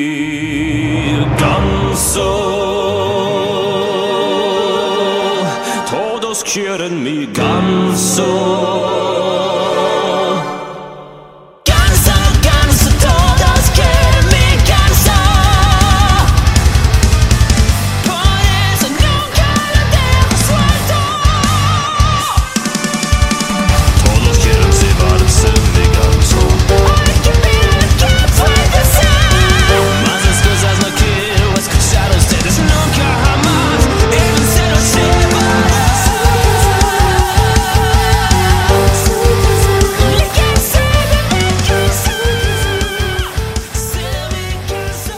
Mi ganso, todos quieren mi ganso. Ganso, ganso, todos quieren mi ganso Por eso nunca lo dejo suelto Todos quieren llevarse mi ganso. Hay que mirar qué puede ser Más las cosas no quiero escuchar a ustedes nunca jamás. Él se lo llevará Le ganso, le ganso Se me ganso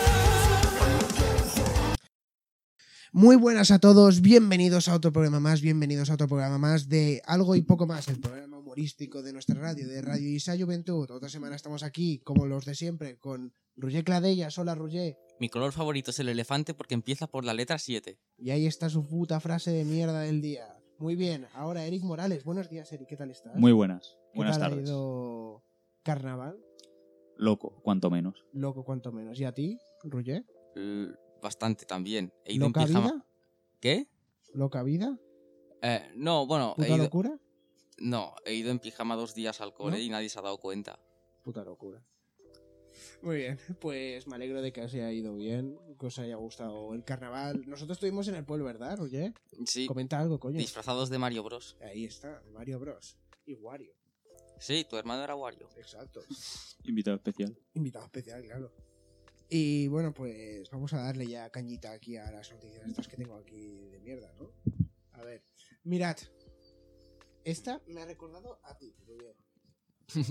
Muy buenas a todos, bienvenidos a otro programa más, bienvenidos a otro programa más de Algo y Poco Más, el programa humorístico de nuestra radio, de Radio Isa Juventud. Otra semana estamos aquí, como los de siempre, con Roger Cladella, hola Roger. Mi color favorito es el elefante porque empieza por la letra 7. Y ahí está su puta frase de mierda del día. Muy bien, ahora Eric Morales, buenos días Eric, ¿qué tal estás? Muy buenas. ¿Qué Buenas tal tardes. ha ido carnaval? Loco, cuanto menos. Loco cuanto menos. ¿Y a ti, Roger? L- Bastante también. He ido en ¿Loca pijama. vida? ¿Qué? ¿Loca vida? Eh, no, bueno, he ¿Puta ido, locura? no, he ido en pijama dos días al cole ¿No? y nadie se ha dado cuenta. Puta locura. Muy bien, pues me alegro de que os haya ido bien, que os haya gustado el carnaval. Nosotros estuvimos en el pueblo, ¿verdad, Roger? Sí, Comenta algo, coño. disfrazados de Mario Bros. Ahí está, Mario Bros. Y Wario, Sí, tu hermano era Wario. exacto. Invitado especial. Invitado especial, claro. Y bueno, pues vamos a darle ya cañita aquí a las noticias estas que tengo aquí de mierda, ¿no? A ver, mirad. Esta me ha recordado a ti, Roger.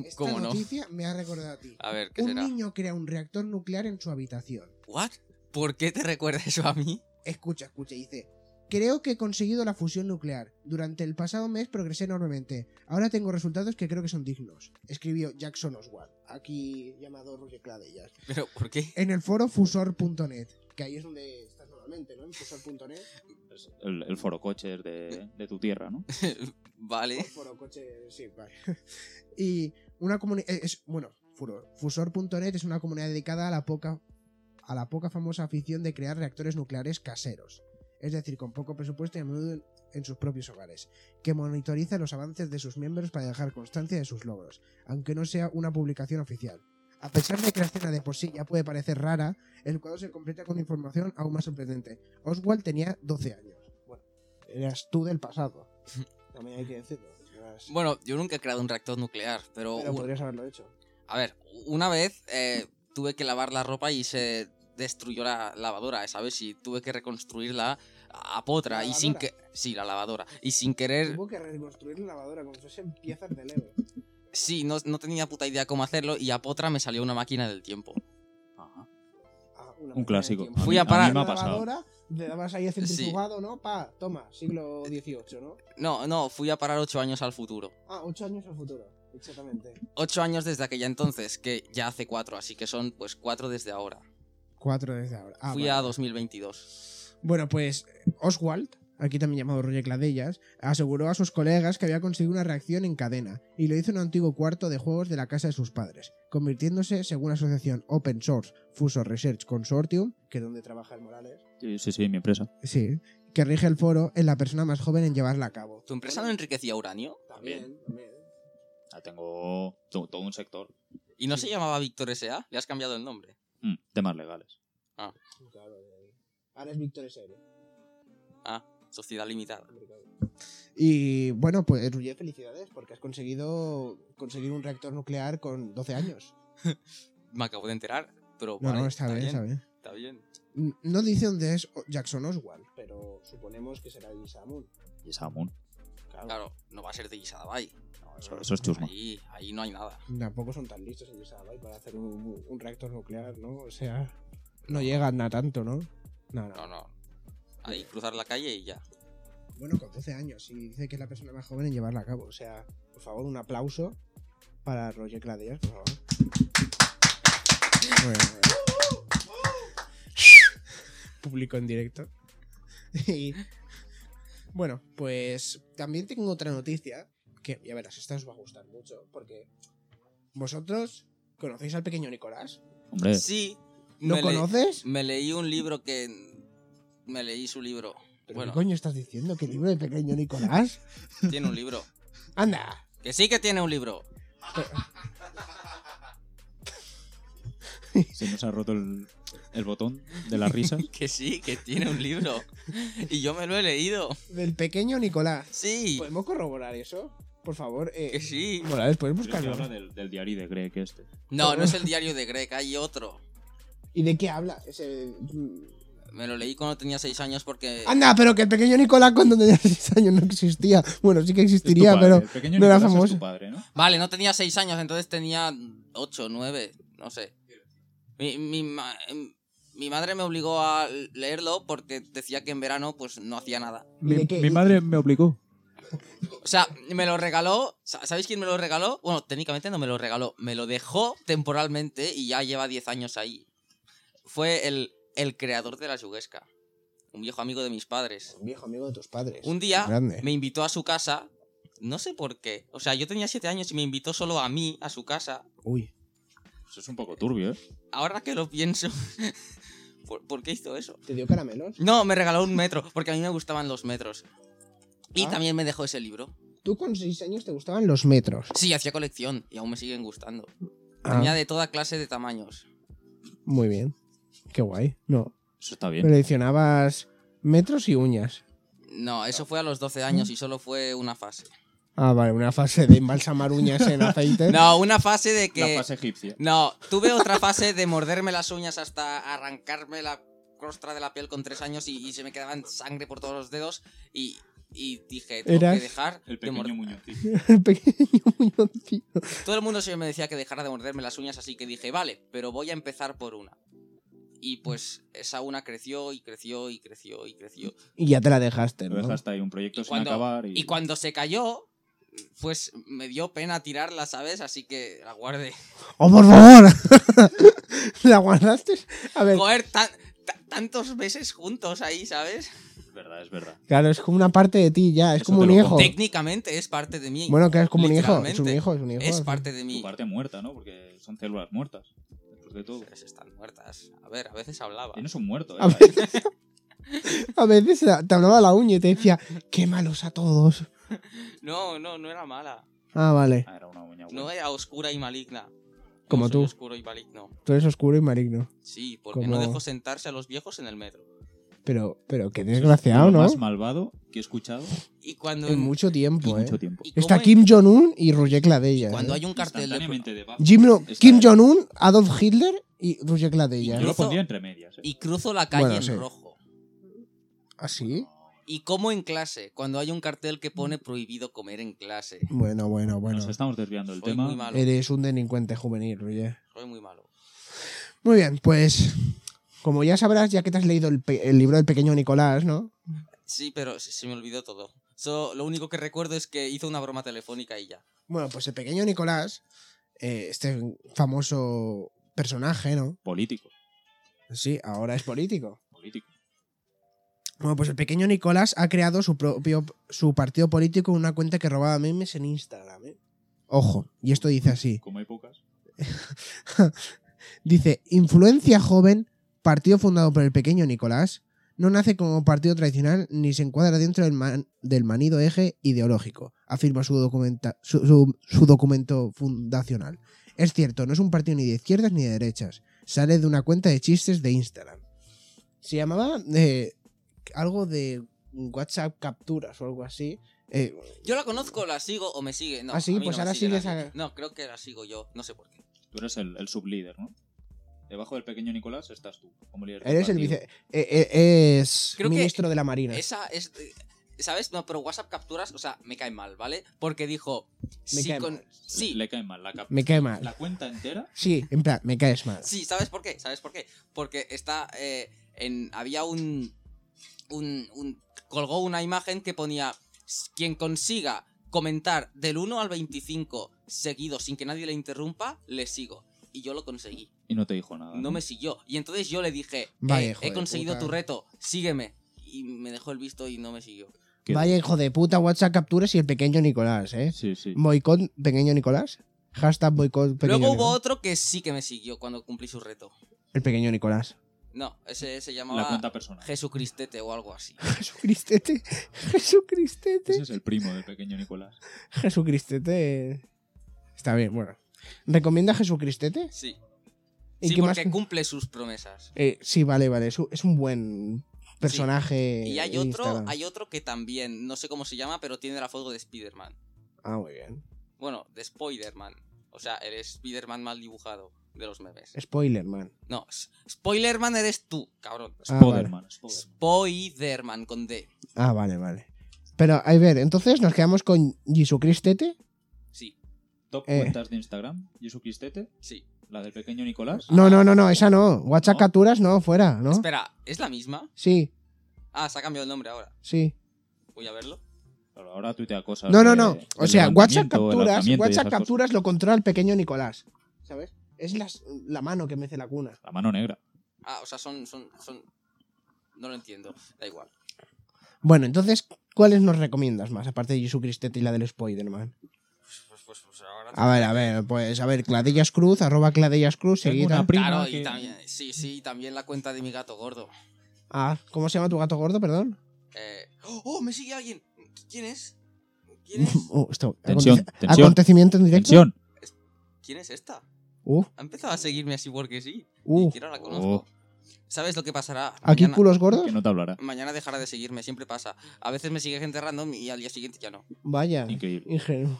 Esta ¿Cómo no? noticia me ha recordado a ti. A ver, ¿qué Un será? niño crea un reactor nuclear en su habitación. ¿What? ¿Por qué te recuerda eso a mí? Escucha, escucha, dice. Creo que he conseguido la fusión nuclear. Durante el pasado mes progresé enormemente. Ahora tengo resultados que creo que son dignos. Escribió Jackson Oswald, aquí llamado Roger Cladellas, ¿Pero por qué? en el foro fusor.net, que ahí es donde estás normalmente, ¿no? En fusor.net, Es El, el foro coches de, de tu tierra, o ¿no? Vale. foro coche, sí, vale. Y una comunidad, es, bueno, furo- fusor.net es una comunidad dedicada a la poca a la poca famosa afición de crear reactores nucleares caseros, es decir, con poco presupuesto y a menudo en, en sus propios hogares, que monitoriza los avances de sus miembros para dejar constancia de sus logros, aunque no sea una publicación oficial. A pesar de que la escena de por sí ya puede parecer rara, el cuadro se completa con información aún más sorprendente. Oswald tenía 12 años. Bueno, eras tú del pasado. También hay que decirlo. eras- Bueno, yo nunca he creado un reactor nuclear, pero... Pero un- podrías haberlo hecho. A ver, una vez eh, tuve que lavar la ropa y se destruyó la lavadora, ¿sabes? Y tuve que reconstruirla a a potra ¿La y sin que... lavadora? Sí, la lavadora. Y sin querer... Tuvo que reconstruir la lavadora como si fuesen piezas de Lego. Sí, no, no tenía puta idea cómo hacerlo y a potra me salió una máquina del tiempo. Ajá. Ah, una máquina clásico. del tiempo. Fui a A mí- parar- a mí me ha La pasado. lavadora, le dabas ahí el Sí. Eh, centrifugado, ¿no? Pa, toma, siglo XVIII, ¿no? No, no, fui a parar ocho años al futuro. Ah, ocho años al futuro. Exactamente. Ocho años desde aquella entonces, que ya hace cuatro, así que son pues cuatro desde ahora. Cuatro desde ahora. Ah, fui vale. a 2022. Bueno, pues eh, Oswald, aquí también llamado Roger Cladellas, aseguró a sus colegas que había conseguido una reacción en cadena y lo hizo en un antiguo cuarto de juegos de la casa de sus padres, convirtiéndose, según la asociación Open Source Fuso Research Consortium, que es donde trabaja el Morales, Sí, sí, sí, mi empresa. sí, que rige el foro, en la persona más joven en llevarla a cabo. ¿Tu empresa no Bueno, enriquecía uranio? También, también. Ya Ah, tengo to- todo un sector. ¿Y no Sí. se llamaba Víctor S.A.? Le has cambiado el nombre. Mm, temas legales. Claro, eh, ahora es Víctor S.R. Ah, Sociedad Limitada. Y bueno, pues Ruye, felicidades porque has conseguido conseguir un reactor nuclear con 12 años. Me acabo de enterar, pero No, vale, no, Oh, está, bien, bien, está bien. está bien. N- No dice dónde es o- Jackson Oswald, pero suponemos que será Isamun. Y esa Moon. Claro, no va a ser de Guisadabay. Eso, eso es chusma. Ahí, ahí no hay nada. Tampoco son tan listos en Isabel para hacer un, un reactor nuclear, ¿no? O sea, no llegan a tanto, ¿no? No, No, no. Ahí cruzar la calle y ya. Bueno, con 12 años y dice que es la persona más joven en llevarla a cabo. O sea, por favor, un aplauso para Roger Cladellas, por favor. Muy bien, muy bien. Público en directo. Y bueno, pues también tengo otra noticia que ya verás, esta os va a gustar mucho porque vosotros ¿Conocéis al pequeño Nicolás? Hombre, Sí. ¿Lo me le- conoces? me leí un libro que. Me leí su libro. ¿Pero Bueno, ¿Qué coño estás diciendo? ¿Qué libro de pequeño Nicolás? tiene un libro. ¡Anda! Que sí que tiene un libro. se nos ha roto el, el botón de la risa. Que sí, que tiene un libro. Y yo me lo he leído. Del pequeño Nicolás. Sí, ¿Podemos corroborar eso? Por favor. Eh, que sí. Morales, ¿puedes Creo que buscarlo? habla del, del diario de Greg este. No, no es el diario de Greg, hay otro. ¿Y de qué habla? Ese- mm. Me lo leí cuando tenía seis años porque. Anda, pero que el pequeño Nicolás cuando tenía 6 años no existía. Bueno, sí que Es tu existiría, padre, pero el pequeño no era Nicolás es famoso. tu padre, ¿no? Vale, no tenía seis años, entonces tenía ocho, nueve, no sé. Mi, mi ma- em, mi madre me obligó a leerlo porque decía que en verano pues no hacía nada. ¿Y de qué? madre me obligó. O sea, me lo regaló. sa- ¿Sabéis quién me lo regaló? Bueno, técnicamente no me lo regaló. Me lo dejó temporalmente y ya lleva 10 años ahí. Fue el, el creador de la yuguesca. Un viejo amigo de mis padres. Un viejo amigo de tus padres. Un día Grande. me invitó a su casa. No sé por qué. O sea, yo tenía 7 años y me invitó solo a mí, a su casa. Uy. Eso es un poco turbio, ¿eh? Ahora que lo pienso. ¿por, por qué hizo eso? ¿Te dio caramelos? No, me regaló un metro, porque a mí me gustaban los metros. Y Ah. también me dejó ese libro. Tú con 6 años te gustaban los metros. Sí, hacía colección y aún me siguen gustando. Ah. Tenía de toda clase de tamaños. Muy bien. Qué guay. No. Eso está bien. Seleccionabas metros y uñas. No, eso fue a los 12 años y solo fue una fase. Ah, vale, una fase de embalsamar uñas en aceite. No, una fase de que... La fase egipcia. No, tuve otra fase de morderme las uñas hasta arrancarme la costra de la piel con 3 años y, y se me quedaban sangre por todos los dedos y, y dije, tengo Eras que dejar El de pequeño morder... muñoncito. El pequeño muñoncito. Todo el mundo siempre me decía que dejara de morderme las uñas, así que dije, vale, pero voy a empezar por una. Y pues esa una creció y creció y creció y creció. Y ya te la dejaste, Lo ¿no? dejaste ahí un proyecto Y sin cuando- acabar y, Y cuando se cayó, pues me dio pena tirarla, ¿sabes? Así que la guardé. ¡Oh, por favor! ¿La guardaste? A ver. Joder, tan- ta- tantos meses juntos ahí, ¿sabes? es verdad, es verdad. Claro, es como una parte de ti ya, es Eso como te un lo hijo. Técnicamente es parte de mí. Bueno, que es como un hijo, es Literalmente. un hijo, es un hijo. es parte de mí. Tu parte muerta, ¿no? Porque son células muertas. Después de todo. Pues Están muertas. A ver, a veces hablaba. Tienes un muerto, ¿eh? A A veces te hablaba la uña y te decía, quémalos a todos. No, no, no era mala. Ah, vale, Ah, era una uña buena. No era oscura y maligna. No Como soy tú. Oscuro y maligno. tú eres oscuro y maligno. Sí, porque Como- no dejo sentarse a los viejos en el metro. Pero, pero qué Lo desgraciado, ¿no? más malvado que he escuchado Y cuando. En mucho en tiempo, eh. mucho tiempo. y Está cómo- Kim Jong-un y Roger Cladella. Cuando eh. hay un cartel Este de. Instantáneamente debajo. Jim- no, Está- Kim Jong-un, Adolf Hitler y Roger Cladella. ¿no? Yo lo Incluso- pondría entre medias, ¿eh? Y cruzo la calle Bueno, en sí. rojo. ¿Así? Y como en clase, cuando hay un cartel que pone prohibido comer en clase. Bueno, bueno, bueno. Nos estamos desviando del Soy tema. muy malo, Eres un delincuente juvenil, Roger. soy muy malo. Muy bien, pues. Como ya sabrás, ya que te has leído el, pe- el libro del pequeño Nicolás, ¿no? Sí, pero se, se me olvidó todo. So, lo único que recuerdo es que hizo una broma telefónica y ya. Bueno, pues el pequeño Nicolás, eh, este famoso personaje, ¿no? Político. Sí, ahora es político. Político. Bueno, pues el pequeño Nicolás ha creado su propio su partido político en una cuenta que robaba memes en Instagram. ¿eh? Ojo, y esto dice así. Como hay pocas. Dice, influencia joven, partido fundado por el pequeño Nicolás, no nace como partido tradicional ni se encuadra dentro del, man- del manido eje ideológico, afirma su, documenta- su- su- su documento fundacional. Es cierto, no es un partido ni de izquierdas ni de derechas, sale de una cuenta de chistes de Instagram. Se llamaba eh, algo de WhatsApp capturas o algo así. Eh, Yo la conozco, la sigo o me sigue. No, Ah, sí, a mí pues no me ahora sigue sigues nadie. a- No, creo que la sigo yo, no sé por qué. Tú eres el, el sublíder, ¿no? Debajo del pequeño Nicolás estás tú, como líder. del eres el partido. vice... eh, eh, es Creo que ministro de la Marina. Esa es. ¿Sabes? No, pero WhatsApp capturas, o sea, me cae mal, ¿vale? Porque dijo. Me sí, cae con- mal. sí, Le cae mal. La, cap- Me cae mal. la cuenta entera. Sí, en plan, me caes mal. Sí, ¿sabes por qué? ¿Sabes por qué? Porque está eh, en. Había un, un, un- Colgó una imagen que ponía. Quien consiga comentar del 1 al 25 seguido sin que nadie le interrumpa, le sigo. Y yo lo conseguí. Y no te dijo nada. No me siguió. Y entonces yo le dije: eh, Vaya, hijo He de conseguido puta. tu reto, sígueme. Y me dejó el visto y no me siguió. Qué- Vaya hijo de puta, WhatsApp capturas y el pequeño Nicolás, ¿eh? Sí, sí. Boicot, pequeño Nicolás. Hashtag boicot pequeño Luego hubo Nicolás. otro que sí que me siguió cuando cumplí su reto. El pequeño Nicolás. No, ese se La llamaba cuenta personal. Jesucristete o algo así. Jesucristete. Jesucristete. Ese es el primo del pequeño Nicolás. Ah, Jesucristete. Está bien, bueno. ¿Recomienda Jesucristete? Sí. ¿Y Sí, qué más porque que- cumple sus promesas. Eh, sí, vale, vale. Es un, es un buen personaje. Y hay en otro, Instagram. hay otro que también, no sé cómo se llama, pero tiene la foto de Spider-Man. Ah, muy bien. Bueno, de Spider-Man. O sea, el Spider-Man mal dibujado de los memes. Spoiler, man. No, s- Spoiler-Man eres tú, cabrón. Ah, Spoderman. Spoderman. Spoider-Man con D. Ah, vale, vale. Pero, a ver, entonces nos quedamos con Jesucristete. Sí, Top Eh. cuentas de Instagram. Jesucristete. sí. La del pequeño Nicolás. No, no, no, no, esa no. WhatsApp No. capturas no, fuera, ¿no? Espera, ¿es la misma? Sí, Ah, se ha cambiado el nombre ahora. sí. Voy a verlo. Pero ahora tuitea cosas. No, de- no, no. O del sea, WhatsApp levantamiento, el capturas, alzamiento y WhatsApp esas cosas. capturas lo controla el pequeño Nicolás. ¿Sabes? Es las- la mano que mece la cuna. La mano negra. Ah, o sea, son, son, son... No lo entiendo, da igual. Bueno, entonces, ¿cuáles nos recomiendas más? Aparte de Jesucristete y la del Spider-Man. Pues, pues, pues, pues ahora... A ver, a ver, pues a ver, Cladellas Cruz, arroba Cladellas Cruz, Tengo seguida. una prima Claro, que- y también... Sí, sí, y también la cuenta de mi gato gordo. Ah, ¿cómo se llama tu gato gordo, perdón? Eh... ¡Oh, ¡Oh, me sigue alguien! ¿Quién es? ¿Quién es? Oh, esto, Tensión, aconte- tensión. Acontecimiento en directo. Tensión. ¿Quién es esta? Uh, Ha empezado a seguirme así porque sí. uh. Ni siquiera la conozco. ¿Sabes lo que pasará? ¿Aquí Mañana- culos gordos? Que no te hablará. Mañana dejará de seguirme, siempre pasa. A veces me sigue gente random y al día siguiente ya no. Vaya. Increíble. Ingenuo.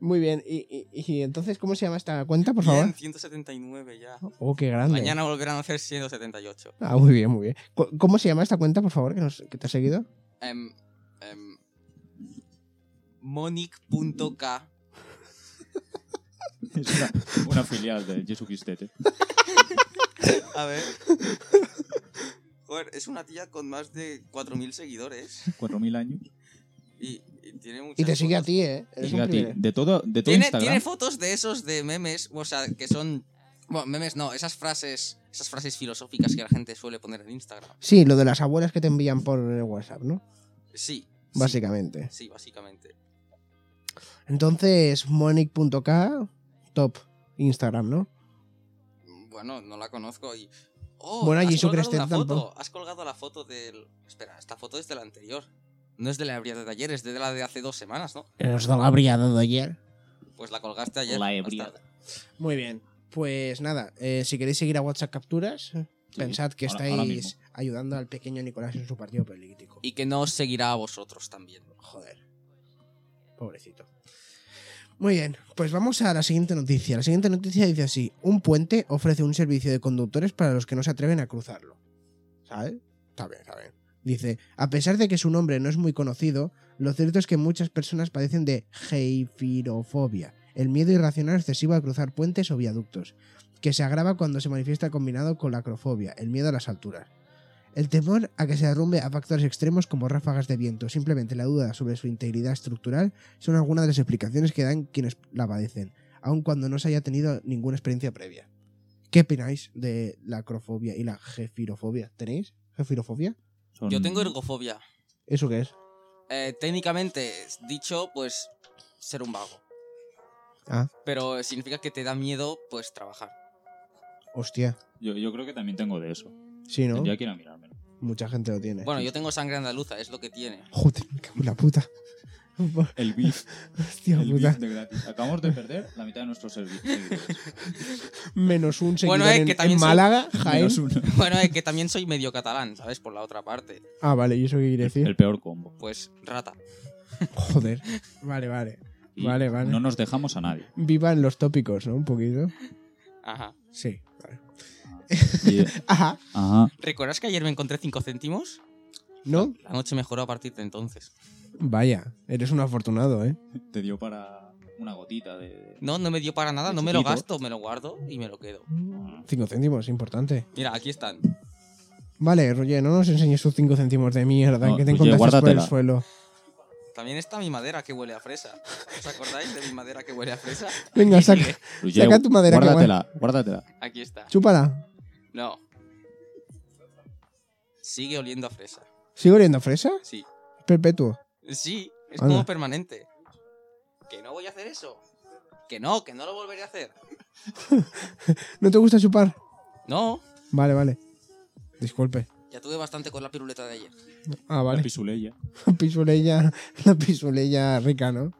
Muy bien, y, y- y entonces, ¿cómo se llama esta cuenta, por favor? Bien, 179 ya. Oh, qué grande. Mañana volverán a hacer 178. Ah, muy bien, muy bien. Cu- ¿Cómo se llama esta cuenta, por favor, que, nos- que te ha seguido? Em, em, Monic.k. Es una, una filial del Jesucristete. A ver. Joder, es una tía con más de 4.000 seguidores. 4.000 años. Y, y tiene muchas Y te sigue a fotos. ti, ¿eh? Eres Y un a ti, privilegio. de todo, de todo Tiene, Instagram. tiene fotos de esos de memes, o sea, que son. Bueno, memes no, esas frases. Esas frases filosóficas que la gente suele poner en Instagram. Sí, lo de las abuelas que te envían por eh, WhatsApp, ¿no? Sí. sí, Básicamente. Sí, básicamente. Entonces, monic.k, top Instagram, ¿no? Bueno, no la conozco y. Oh, Bueno, has Jisoo colgado Crested una foto. tampoco. Has colgado la foto del. Espera, esta foto es de la anterior. No es de la ebria de ayer, es de la de hace dos semanas, ¿no? Nos da la briada de ayer. Pues la colgaste ayer. La más ebria. tarde. Muy bien. Pues nada, eh, si queréis seguir a WhatsApp Capturas, pensad que ahora- estáis ahora mismo. ayudando al pequeño Nicolás en su partido político. Y que no os seguirá a vosotros también. Joder. Pobrecito. Muy bien, pues vamos a la siguiente noticia. La siguiente noticia dice así: un puente ofrece un servicio de conductores para los que no se atreven a cruzarlo. ¿Sabes? Está bien, está bien. Dice, a pesar de que su nombre no es muy conocido, lo cierto es que muchas personas padecen de geifirofobia, el miedo irracional excesivo a cruzar puentes o viaductos, que se agrava cuando se manifiesta combinado con la acrofobia, el miedo a las alturas. El temor a que se derrumbe a factores extremos como ráfagas de viento, simplemente la duda sobre su integridad estructural, son algunas de las explicaciones que dan quienes la padecen, aun cuando no se haya tenido ninguna experiencia previa. ¿Qué opináis de la acrofobia y la gefirofobia? ¿Tenéis gefirofobia? Son- Yo tengo ergofobia. ¿Eso qué es? Eh, técnicamente, dicho, pues. ser un vago. Ah, Pero significa que te da miedo, pues, trabajar. hostia. Yo, yo creo que también tengo de eso. Sí, ¿no? Tendría que ir a mirármelo. Mucha gente lo tiene. Bueno, yo tengo sangre andaluza, es lo que tiene. Joder, me cago en la puta. El beef, Hostia el puta. beef de gratis. Acabamos de perder la mitad de nuestros servicios. Menos un seguidor Bueno, eh, en, que en también soy- Málaga, Jaén. Menos uno. Bueno, es que también soy medio catalán, ¿sabes? Por la otra parte. Ah, vale, ¿y eso qué quiere decir? El peor combo. Pues, rata. Joder. Vale, vale. Y Vale, vale. No nos dejamos a nadie. Vivan los tópicos, ¿no? Un poquito. Ajá. Sí. vale. Y- ah, Ajá. ajá. ¿Recuerdas que ayer me encontré 5 céntimos? ¿No? La noche mejoró a partir de entonces. Vaya, eres un afortunado, ¿eh? Te dio para una gotita de. No, no me dio para nada, De no me lo chiquito. gasto, me lo guardo y me lo quedo. Cinco céntimos, importante. Mira, aquí están. Vale, Roger, no nos enseñes sus cinco céntimos de mierda No, que te Roger, encontraste por el guárdatela. suelo. También está mi madera que huele a fresa. ¿Os acordáis de mi madera que huele a fresa? Venga, Aquí saca. sigue. Roger, Saca tu madera, que Guárdatela, guárdatela. Aquí está. Chúpala. No. Sigue oliendo a fresa. ¿Sigo oliendo a fresa? Sí. Perpetuo. Sí, es Anda. como permanente. Que no voy a hacer eso. Que no, que no lo volveré a hacer. ¿No te gusta chupar? No, Vale, vale. Disculpe. ya tuve bastante con la piruleta de ayer. Ah, La vale. pisulella. Pisulella, la pisulella rica, ¿no?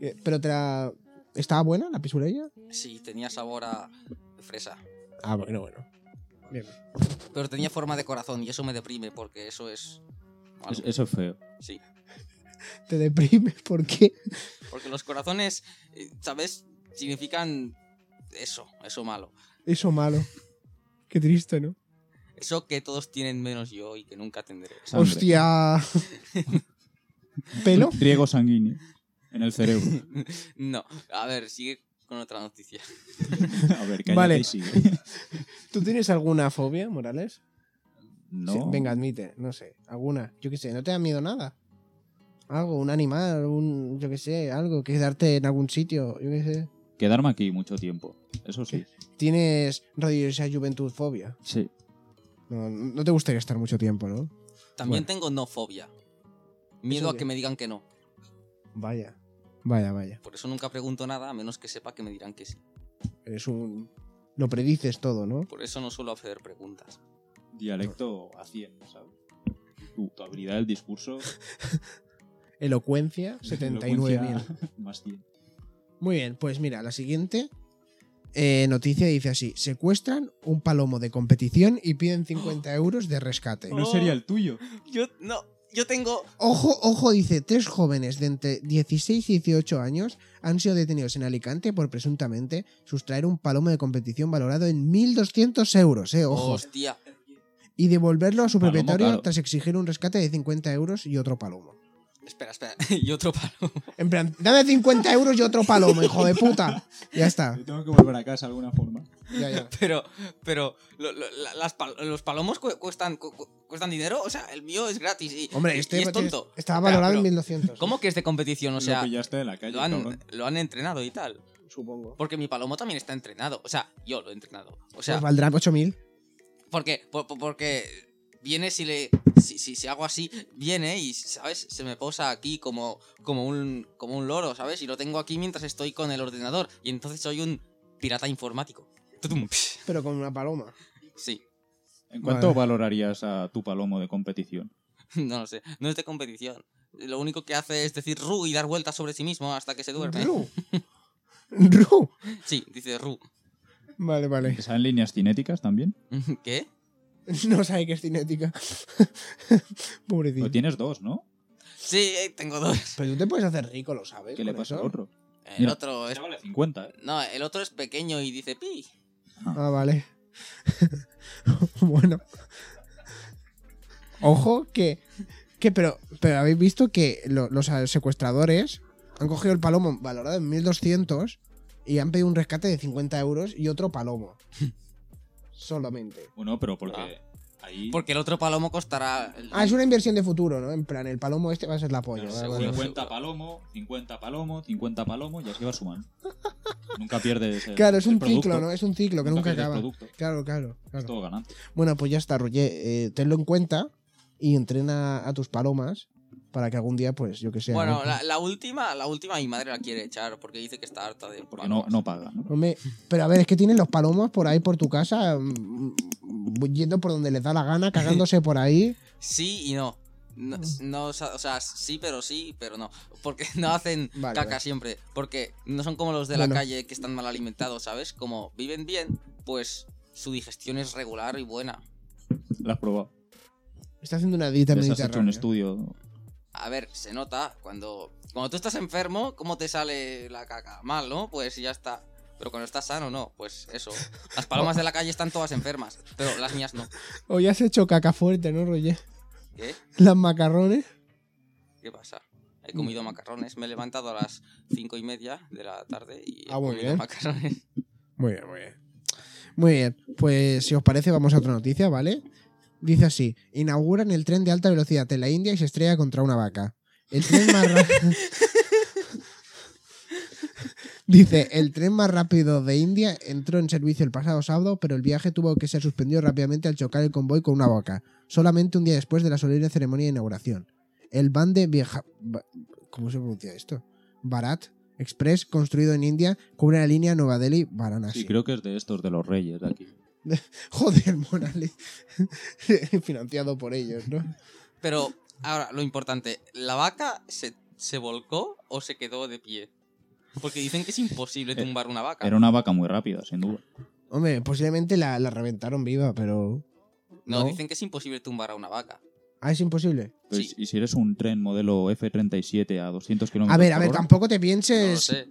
Eh, Pero te la... ¿Estaba buena la pisulella? Sí, tenía sabor a fresa. Ah, bueno, bueno. Bien. Pero tenía forma de corazón y eso me deprime porque eso es... malo. Es- eso es feo. Sí. Te deprimes porque... Porque los corazones, eh, ¿sabes? Significan eso, eso malo. Eso malo. Qué triste, ¿no? Eso que todos tienen menos yo y que nunca tendré. Sangre. Hostia. ¿Pelo? Riego sanguíneo en el cerebro. No, a ver, sigue con otra noticia. A ver, cállate Vale. y sigue. ¿Tú tienes alguna fobia, Morales? No. Sí, venga, admite, no sé, alguna. Yo qué sé, ¿no te da miedo nada? Algo, un animal, un, yo qué sé, algo, quedarte en algún sitio, yo qué sé. Quedarme aquí mucho tiempo. Eso sí. Tienes radiosa juventud fobia. Sí. No, no te gustaría estar mucho tiempo, ¿no? También Bueno. tengo no fobia. Miedo Eso a qué. que me digan que no. Vaya, vaya, vaya. Por eso nunca pregunto nada a menos que sepa que me dirán que sí. Eres un... Lo predices todo, ¿no? Por eso no suelo hacer preguntas. Dialecto a 100, ¿sabes? Tu, tu habilidad del discurso. Elocuencia, 79.000. elocuencia, Más 100. Muy bien, pues mira, la siguiente eh, noticia dice así. Secuestran un palomo de competición y piden 50 euros de rescate. No sería el tuyo. Yo no, yo tengo. Ojo, ojo, dice, tres jóvenes de entre 16 y 18 años han sido detenidos en Alicante por presuntamente sustraer un palomo de competición valorado en 1.200 euros, eh, ojo, Hostia. y devolverlo a su Palomo propietario caro. tras exigir un rescate de 50 euros y otro palomo. Espera, espera. y otro palo. En plan, dame 50 euros y otro palomo, hijo de puta. Ya está, Yo tengo que volver a casa de alguna forma. ya, ya. Pero, pero, lo- lo- la- las pal- los palomos cu- cuestan, cu- cu- cuestan dinero. O sea, el mío es gratis y, Hombre, y- este y es tonto. estaba Espera, valorado pero, en 1.200. ¿Cómo que es de competición? O sea, lo pillaste en la calle, lo han, cabrón. lo han entrenado y tal. Supongo. Porque mi palomo también está entrenado. O sea, yo lo he entrenado. O sea, pues valdrá 8.000. Porque, por- por- porque viene si le. Si, si, si hago así, viene y, ¿sabes? Se me posa aquí como, como, un, como un loro, ¿sabes? Y lo tengo aquí mientras estoy con el ordenador. Y entonces soy un pirata informático. Tutum, psh. Pero con una paloma. Sí, ¿En cuánto Vale. valorarías a tu palomo de competición? no lo sé. No es de competición. Lo único que hace es decir Ru y dar vueltas sobre sí mismo hasta que se duerme. Ru. Ru. Sí, dice Ru. Vale, vale. ¿Salen líneas cinéticas también? ¿Qué? No sabe que es cinética. O Pobrecito. Pues tienes dos, ¿no? Sí, eh, tengo dos. Pero tú te puedes hacer rico, lo sabes. ¿Qué le con pasa eso? al otro? El Mira. otro es. Ese vale 50, ¿eh? No, el otro es pequeño y dice pi. Ah, vale. bueno. Ojo que. que pero, pero habéis visto que lo- los secuestradores han cogido el palomo valorado en 1200 y han pedido un rescate de 50 euros y otro palomo. Solamente. Bueno, pero Ah. porque ahí... Porque el otro palomo costará. el- Ah, es una inversión de futuro, ¿no? En plan, el palomo este va a ser la polla. No, ¿verdad? seguro. 50 palomo, 50 palomo, 50 palomo y así vas sumando. nunca pierdes el Claro, es el un Este producto. ciclo, ¿no? Es un ciclo que nunca, pierdes acaba. producto. Claro, claro. claro. Es todo ganancia. Bueno, pues ya está, Roger. Eh, tenlo en cuenta y entrena a tus palomas para que algún día, pues, yo que sé. Bueno, hagan- la, la última, la última mi madre la quiere echar porque dice que está harta de Porque Ah, no, no paga, ¿no? Hombre, pero a ver, es que tienen los palomos por ahí por tu casa, mm, mm, yendo por donde les da la gana, cagándose por ahí. Sí y no. No, Mm. no, o sea, o sea, sí, pero sí, pero no. Porque no hacen Vale, caca vale. siempre. Porque no son como los de Bueno. la calle que están mal alimentados, ¿sabes? Como viven bien, pues su digestión es regular y buena. La has probado. Está haciendo una dieta Les has hecho un mediterránea. estudio. A ver, se nota cuando. Cuando tú estás enfermo, ¿cómo te sale la caca? Mal, ¿no? Pues ya está. Pero cuando estás sano, no. Pues eso. Las palomas de la calle están todas enfermas, pero las mías no. Hoy has hecho caca fuerte, ¿no, Roger? ¿Qué? Las macarrones. ¿Qué pasa? He comido macarrones, me he levantado a las cinco y media de la tarde y he Ah, muy comido bien. macarrones. Muy bien, muy bien. Muy bien, pues si os parece vamos a otra noticia, ¿vale? Dice así, inauguran el tren de alta velocidad en la India y se estrella contra una vaca. El tren más ra- Dice, el tren más rápido de India entró en servicio el pasado sábado, pero el viaje tuvo que ser suspendido rápidamente al chocar el convoy con una vaca, solamente un día después de la solemne ceremonia de inauguración. El Bande Vieja... Ba- ¿Cómo se pronuncia esto? Bharat Express construido en India cubre la línea Nueva Delhi-Varanasi. Sí, creo que es de estos, de los reyes de aquí. Joder, Morales. Financiado por ellos, ¿no? Pero ahora, lo importante, ¿la vaca se, se volcó o se quedó de pie? Porque dicen que es imposible Eh, tumbar una vaca. Era una vaca muy rápida, sin duda. Hombre, posiblemente la, la reventaron viva, pero. No, no. dicen que es imposible tumbar a una vaca. Ah, es imposible. Pero Sí. ¿Y si eres un tren modelo F-37 a 200 kilómetros A ver, a por ver, hora? tampoco te No lo pienses. sé.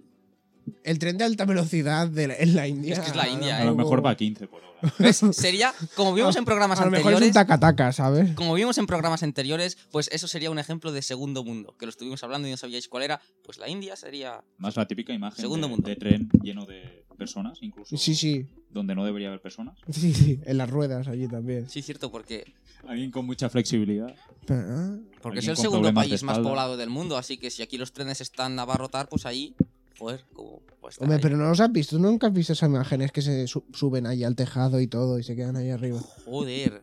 El tren de alta velocidad de la- en la India. Es que es la India, eh. A lo tampoco- mejor va a 15 por hora. ¿Ves? Sería, como vimos en programas A lo mejor es un anteriores, taca-taca, ¿sabes? como vimos en programas anteriores, pues eso sería un ejemplo de segundo mundo, que lo estuvimos hablando y no sabíais cuál era, pues la India sería... Más la típica imagen Segundo de, mundo. de tren lleno de personas, incluso Sí, sí. donde no debería haber personas. Sí, sí. En las ruedas allí también. Sí, cierto, porque, Alguien con mucha flexibilidad. Pero, ah, porque Alguien es el con segundo problemas de país más espalda. poblado del mundo, así que si aquí los trenes están a barrotar, pues ahí... Joder, como... Pues, Hombre, ahí. pero no los has visto. Nunca has visto esas imágenes que se su- suben ahí al tejado y todo y se quedan ahí arriba. Joder.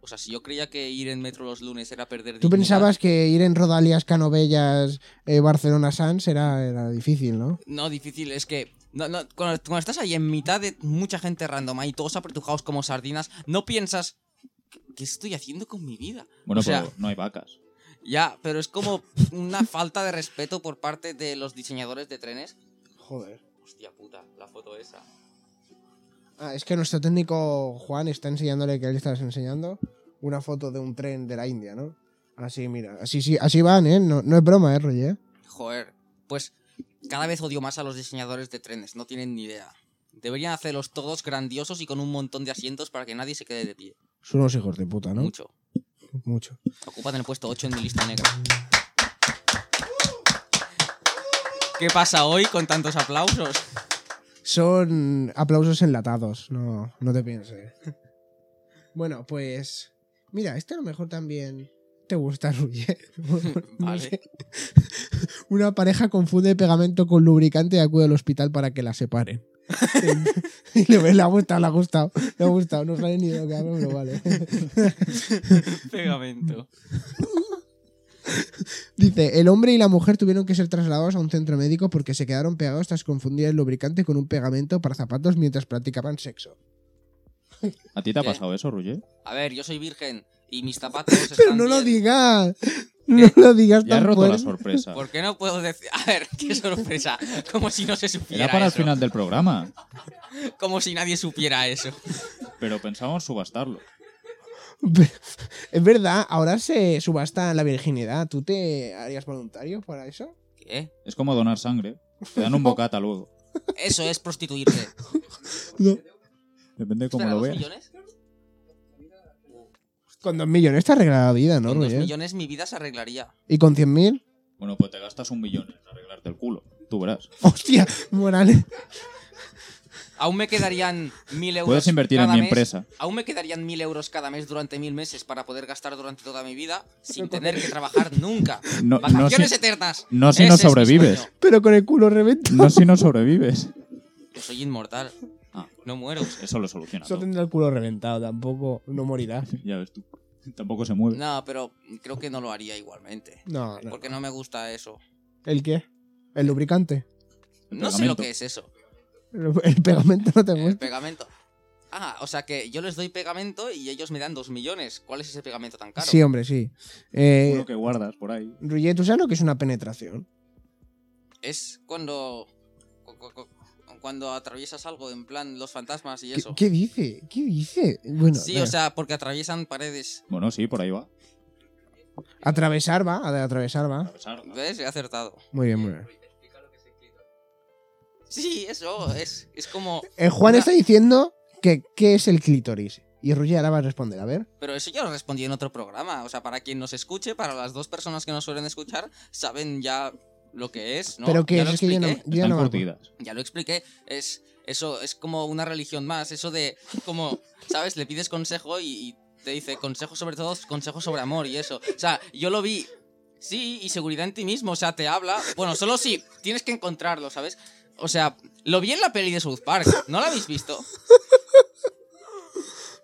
O sea, si yo creía que ir en metro los lunes era perder Tú dignidad, pensabas que ir en Rodalias, Canovellas, eh, Barcelona, Sans era, era difícil, ¿no? No, difícil, es que. No, no, cuando, cuando estás ahí en mitad de mucha gente random ahí, todos apretujados como sardinas, no piensas. "¿Qué- ¿Qué estoy haciendo con mi vida? Bueno, O sea- pero no hay vacas. Ya, pero es como una falta de respeto por parte de los diseñadores de trenes. Joder. Hostia puta, la foto esa. Ah, es que nuestro técnico Juan está enseñándole que él estás enseñando una foto de un tren de la India, ¿no? Así, mira, así, sí, así van, ¿eh? No, no es broma, ¿eh, Roger? Joder, pues cada vez odio más a los diseñadores de trenes, no tienen ni idea. Deberían hacerlos todos grandiosos y con un montón de asientos para que nadie se quede de pie. Son unos hijos de puta, ¿no? Mucho. Mucho. Ocupan el puesto 8 en mi lista negra. ¿Qué pasa hoy con tantos aplausos? Son aplausos enlatados, no, no te pienses. bueno, pues... Mira, este a lo mejor también te gusta, Roger. No Vale. sé. Una pareja confunde pegamento con lubricante y acude al hospital para que la separen. y le ve, le ha gustado, le ha gustado, le ha gustado, no sale ni lo que hago, pero vale. Pegamento. Dice, el hombre y la mujer tuvieron que ser trasladados a un centro médico porque se quedaron pegados tras confundir el lubricante con un pegamento para zapatos mientras practicaban sexo. ¿A ti te ha ¿Qué? pasado eso, Roger? A ver, yo soy virgen y mis zapatos están Pero no lo bien. digas, no Eh, lo digas Ya has tan roto la fuerte. sorpresa. ¿Por qué no puedo decir? A ver, qué sorpresa. Como si no se supiera Era para eso. el final del programa, Como si nadie supiera eso. pero pensábamos subastarlo. Es verdad, ahora se subasta la virginidad. ¿Tú te harías voluntario para eso? ¿Qué? Es como donar sangre. Te dan un bocata luego. Eso es prostituirse. No. Depende de cómo Espera, lo ¿dos veas. millones? Con dos millones te arregla la vida, ¿no, Con dos Roger? millones mi vida se arreglaría. ¿Y con 100.000? Bueno, pues te gastas un millón en arreglarte el culo. Tú verás. ¡Hostia! Morales. Aún me quedarían mil euros. Puedes invertir en cada mi mes. empresa. Aún me quedarían mil euros cada mes durante mil meses para poder gastar durante toda mi vida sin tener que trabajar nunca. No- no Vacaciones si- eternas. no si no Ese es mi sobrevives. sueño. Pero con el culo reventado. No si no sobrevives. Yo soy inmortal. Ah. No muero. Eso lo soluciona. Solo todo. tendrá el culo reventado, tampoco. No morirá. Ya ves tú. Tampoco se mueve. No, pero creo que no lo haría igualmente. No, no. Porque no me gusta eso. ¿El qué? ¿El lubricante? El No sé lo pegamento. que es eso. El pegamento no te El gusta. pegamento. Ah, o sea que yo les doy pegamento y ellos me dan dos millones. ¿Cuál es ese pegamento tan caro? Sí, hombre, sí. Eh, Uno que guardas por ahí. Roger, ¿tú sabes lo que es una penetración? Es cuando. cu- cu- cu- Cuando atraviesas algo, en plan los fantasmas y ¿Qué, eso. qué dice? ¿Qué dice? Bueno, Sí, venga. o sea, porque atraviesan paredes. Bueno, sí, por ahí va. atravesar va, a de atravesar va. Atravesarla. ¿Ves? He acertado. Muy bien, muy bien. Sí, eso, es, es como... Eh, Juan Una- está diciendo que qué es el clítoris. Y Roger ahora va a responder, a ver. Pero eso ya lo respondí en otro programa. O sea, para quien nos escuche, para las dos personas que nos suelen escuchar, saben ya lo que es, ¿no? Pero que ya es, lo es que yo no, expliqué, yo Están no me acuerdo. curtidas. Ya lo expliqué. Es, eso es como una religión más. Eso de, como, ¿sabes? Le pides consejo y, y te dice consejos sobre todo, consejos sobre amor y eso. O sea, yo lo vi... Sí, y seguridad en ti mismo. O sea, te habla... Bueno, solo si tienes que encontrarlo, ¿sabes? O sea, lo vi en la peli de South Park. ¿No la habéis visto?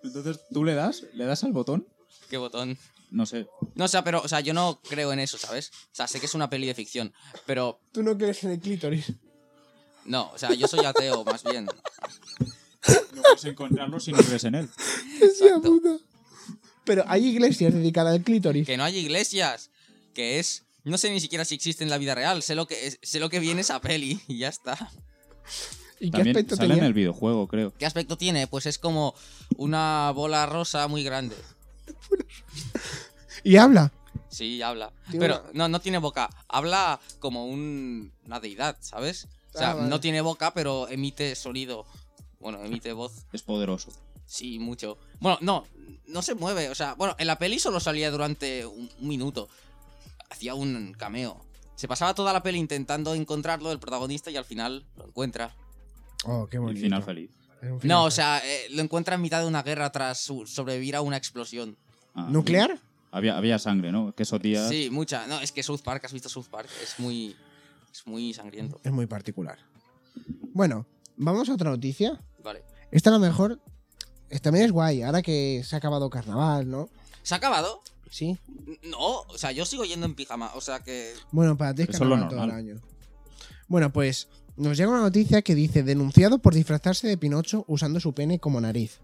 Entonces tú le das, le das al botón Qué botón. No sé. No, o sea, pero, o sea, yo no creo en eso, ¿sabes? O sea, sé que es una peli de ficción, pero Tú no crees en el clítoris. no, o sea, yo soy ateo, más bien. No puedes encontrarlo si no crees en él. Exacto. Pero hay iglesias dedicadas al clítoris. Que no hay iglesias, que es... No sé ni siquiera si existe en la vida real, sé lo que, sé lo que viene esa peli y ya está. ¿Y qué También aspecto sale tenía? en el videojuego, creo. ¿Qué aspecto tiene? Pues es como una bola rosa muy grande. Y habla. Sí, habla. Tiene Pero una- no, no tiene boca. Habla como un- una deidad, ¿sabes? O sea, Ah, vale. no tiene boca, pero emite sonido. Bueno, emite voz. Es poderoso. Sí, mucho. Bueno, no, no se mueve. O sea, bueno, en la peli solo salía durante un, un minuto. Hacía un cameo. Se pasaba toda la peli intentando encontrarlo, el protagonista, y al final lo encuentra. Oh, qué Y bonito. final feliz. Es un final No, o feliz. sea, eh, lo encuentra en mitad de una guerra tras su- sobrevivir a una explosión. Ah, ¿Nuclear? Había, había sangre, ¿no? Que eso tía. Sí, mucha. No, es que South Park, has visto South Park, es muy, es muy sangriento. Es muy particular. Bueno, vamos a otra noticia. Vale. Esta a lo mejor. eh, También es guay, ahora que se ha acabado carnaval, ¿no? ¿Se ha acabado? Sí. No, o sea, yo sigo yendo en pijama. O sea que. Bueno, para ti es Eso es lo carnaval todo el normal. año. Bueno, pues nos llega una noticia que dice: denunciado por disfrazarse de Pinocho usando su pene como nariz.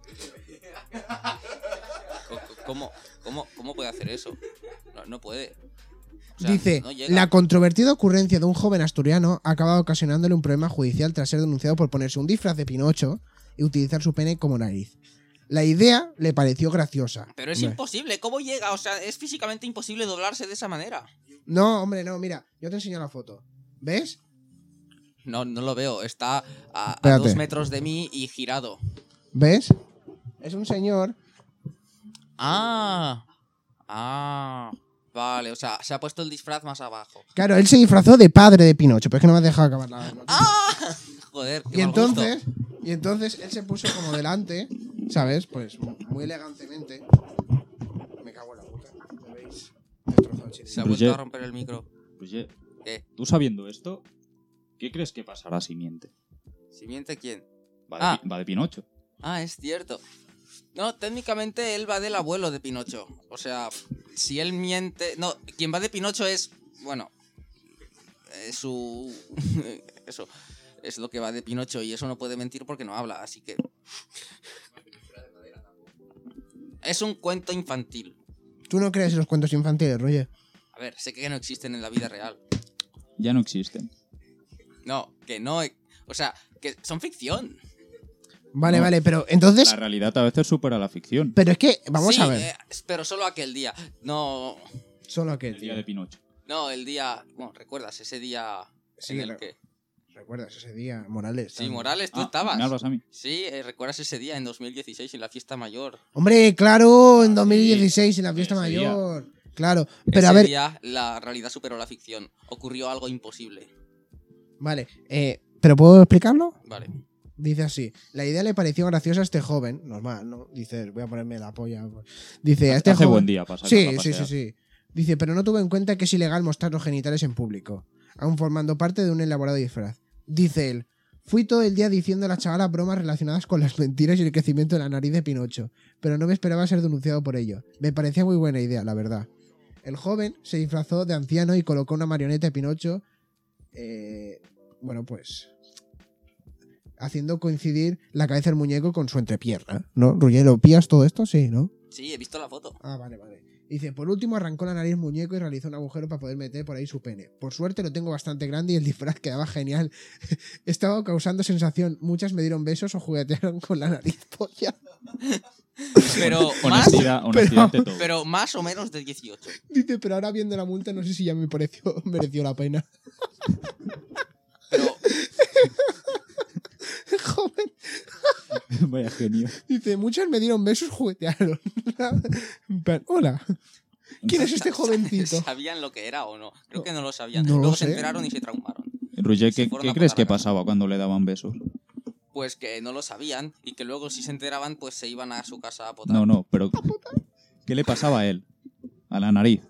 co- co- ¿Cómo, cómo, cómo puede hacer eso? No, no puede. O sea, Dice, no llega. la controvertida ocurrencia de un joven asturiano ha acabado ocasionándole un problema judicial tras ser denunciado por ponerse un disfraz de Pinocho y utilizar su pene como nariz. La idea le pareció graciosa. Pero es Hombre. imposible, ¿cómo llega? O sea, es físicamente imposible doblarse de esa manera. No, hombre, no, mira, yo te enseño la foto. ¿Ves? No, no lo veo. Está a- a, Espérate. dos metros de mí y girado. ¿Ves? Es un señor. Ah. Ah. Vale, o sea, se ha puesto el disfraz más abajo. Claro, él se disfrazó de padre de Pinocho, pero es que no me has dejado acabar la noticia. Ah, Joder, qué y mal gusto. entonces, y entonces él se puso como delante, ¿sabes? Pues muy elegantemente. Me cago en la puta. Me habéis destrozado el Se ha chiringuito. vuelto Roger. a romper el micro. Pues, ye- ¿Qué? Tú sabiendo esto, ¿qué crees que pasará si miente? Si miente, ¿quién? Va de, Ah. Pi- va de Pinocho. Ah, es cierto. No, técnicamente él va del abuelo de Pinocho. O sea, si él miente. No, quien va de Pinocho es. Bueno. eh, su. eso. Es lo que va de Pinocho y eso no puede mentir porque no habla, así que. Es un cuento infantil. Tú no crees en los cuentos infantiles, Roger. A ver, sé que no existen en la vida real. Ya no existen. No, que no. e- O sea, que son ficción. Vale, No. vale, pero entonces. La realidad a veces supera la ficción. Pero es que, vamos Sí, a ver. eh, pero solo aquel día. No. Solo aquel El día de Pinocho. No, el día. Bueno, recuerdas ese día Sí, en el re- que. ¿Recuerdas ese día, Morales? Sí, Morales, tú Ah, estabas. Me hablas a mí. Sí, eh, recuerdas ese día en 2016 en la fiesta mayor. Hombre, claro, Ah, en 2016, en la fiesta Ese día. mayor. Claro, pero a ese ver. día la realidad superó la ficción. Ocurrió algo imposible. Vale, eh, ¿pero puedo explicarlo? Vale. Dice así: La idea le pareció graciosa a este joven. Normal, ¿no? Dice, voy a ponerme la polla. Dice, a este Hace joven. buen día pasar. Sí, sí, sí, sí. Dice, pero no tuvo en cuenta que es ilegal mostrar los genitales en público, aun formando parte de un elaborado disfraz. Dice él, fui todo el día diciendo a las chavalas bromas relacionadas con las mentiras y el crecimiento de la nariz de Pinocho, pero no me esperaba ser denunciado por ello. Me parecía muy buena idea, la verdad. El joven se disfrazó de anciano y colocó una marioneta de Pinocho, eh, bueno, pues haciendo coincidir la cabeza del muñeco con su entrepierna, ¿no? Ruggiero, ¿pías todo esto? Sí, ¿no? Sí, he visto la foto. Ah, vale, vale. Dice, por último arrancó la nariz muñeco y realizó un agujero para poder meter por ahí su pene. Por suerte lo tengo bastante grande y el disfraz quedaba genial. Estaba causando sensación. Muchas me dieron besos o juguetearon con la nariz polla. Pero más, Honestidad, honestidad ante todo. pero más o menos de 18. Dice, pero ahora viendo la multa no sé si ya me pareció, mereció la pena. Pero Joven. Vaya genio. Dice, muchas me dieron besos, juguetearon. En plan, Hola. ¿Quién es este jovencito? ¿sabían lo que era o no? Creo que no lo sabían. No lo Luego se sé. enteraron y se traumaron. Roger, Se ¿qué, fueron qué a crees pagar que la casa. pasaba cuando le daban besos? Pues que no lo sabían y que luego si se enteraban pues se iban a su casa a potar. No, no, pero. ¿Qué le pasaba a él? A la nariz.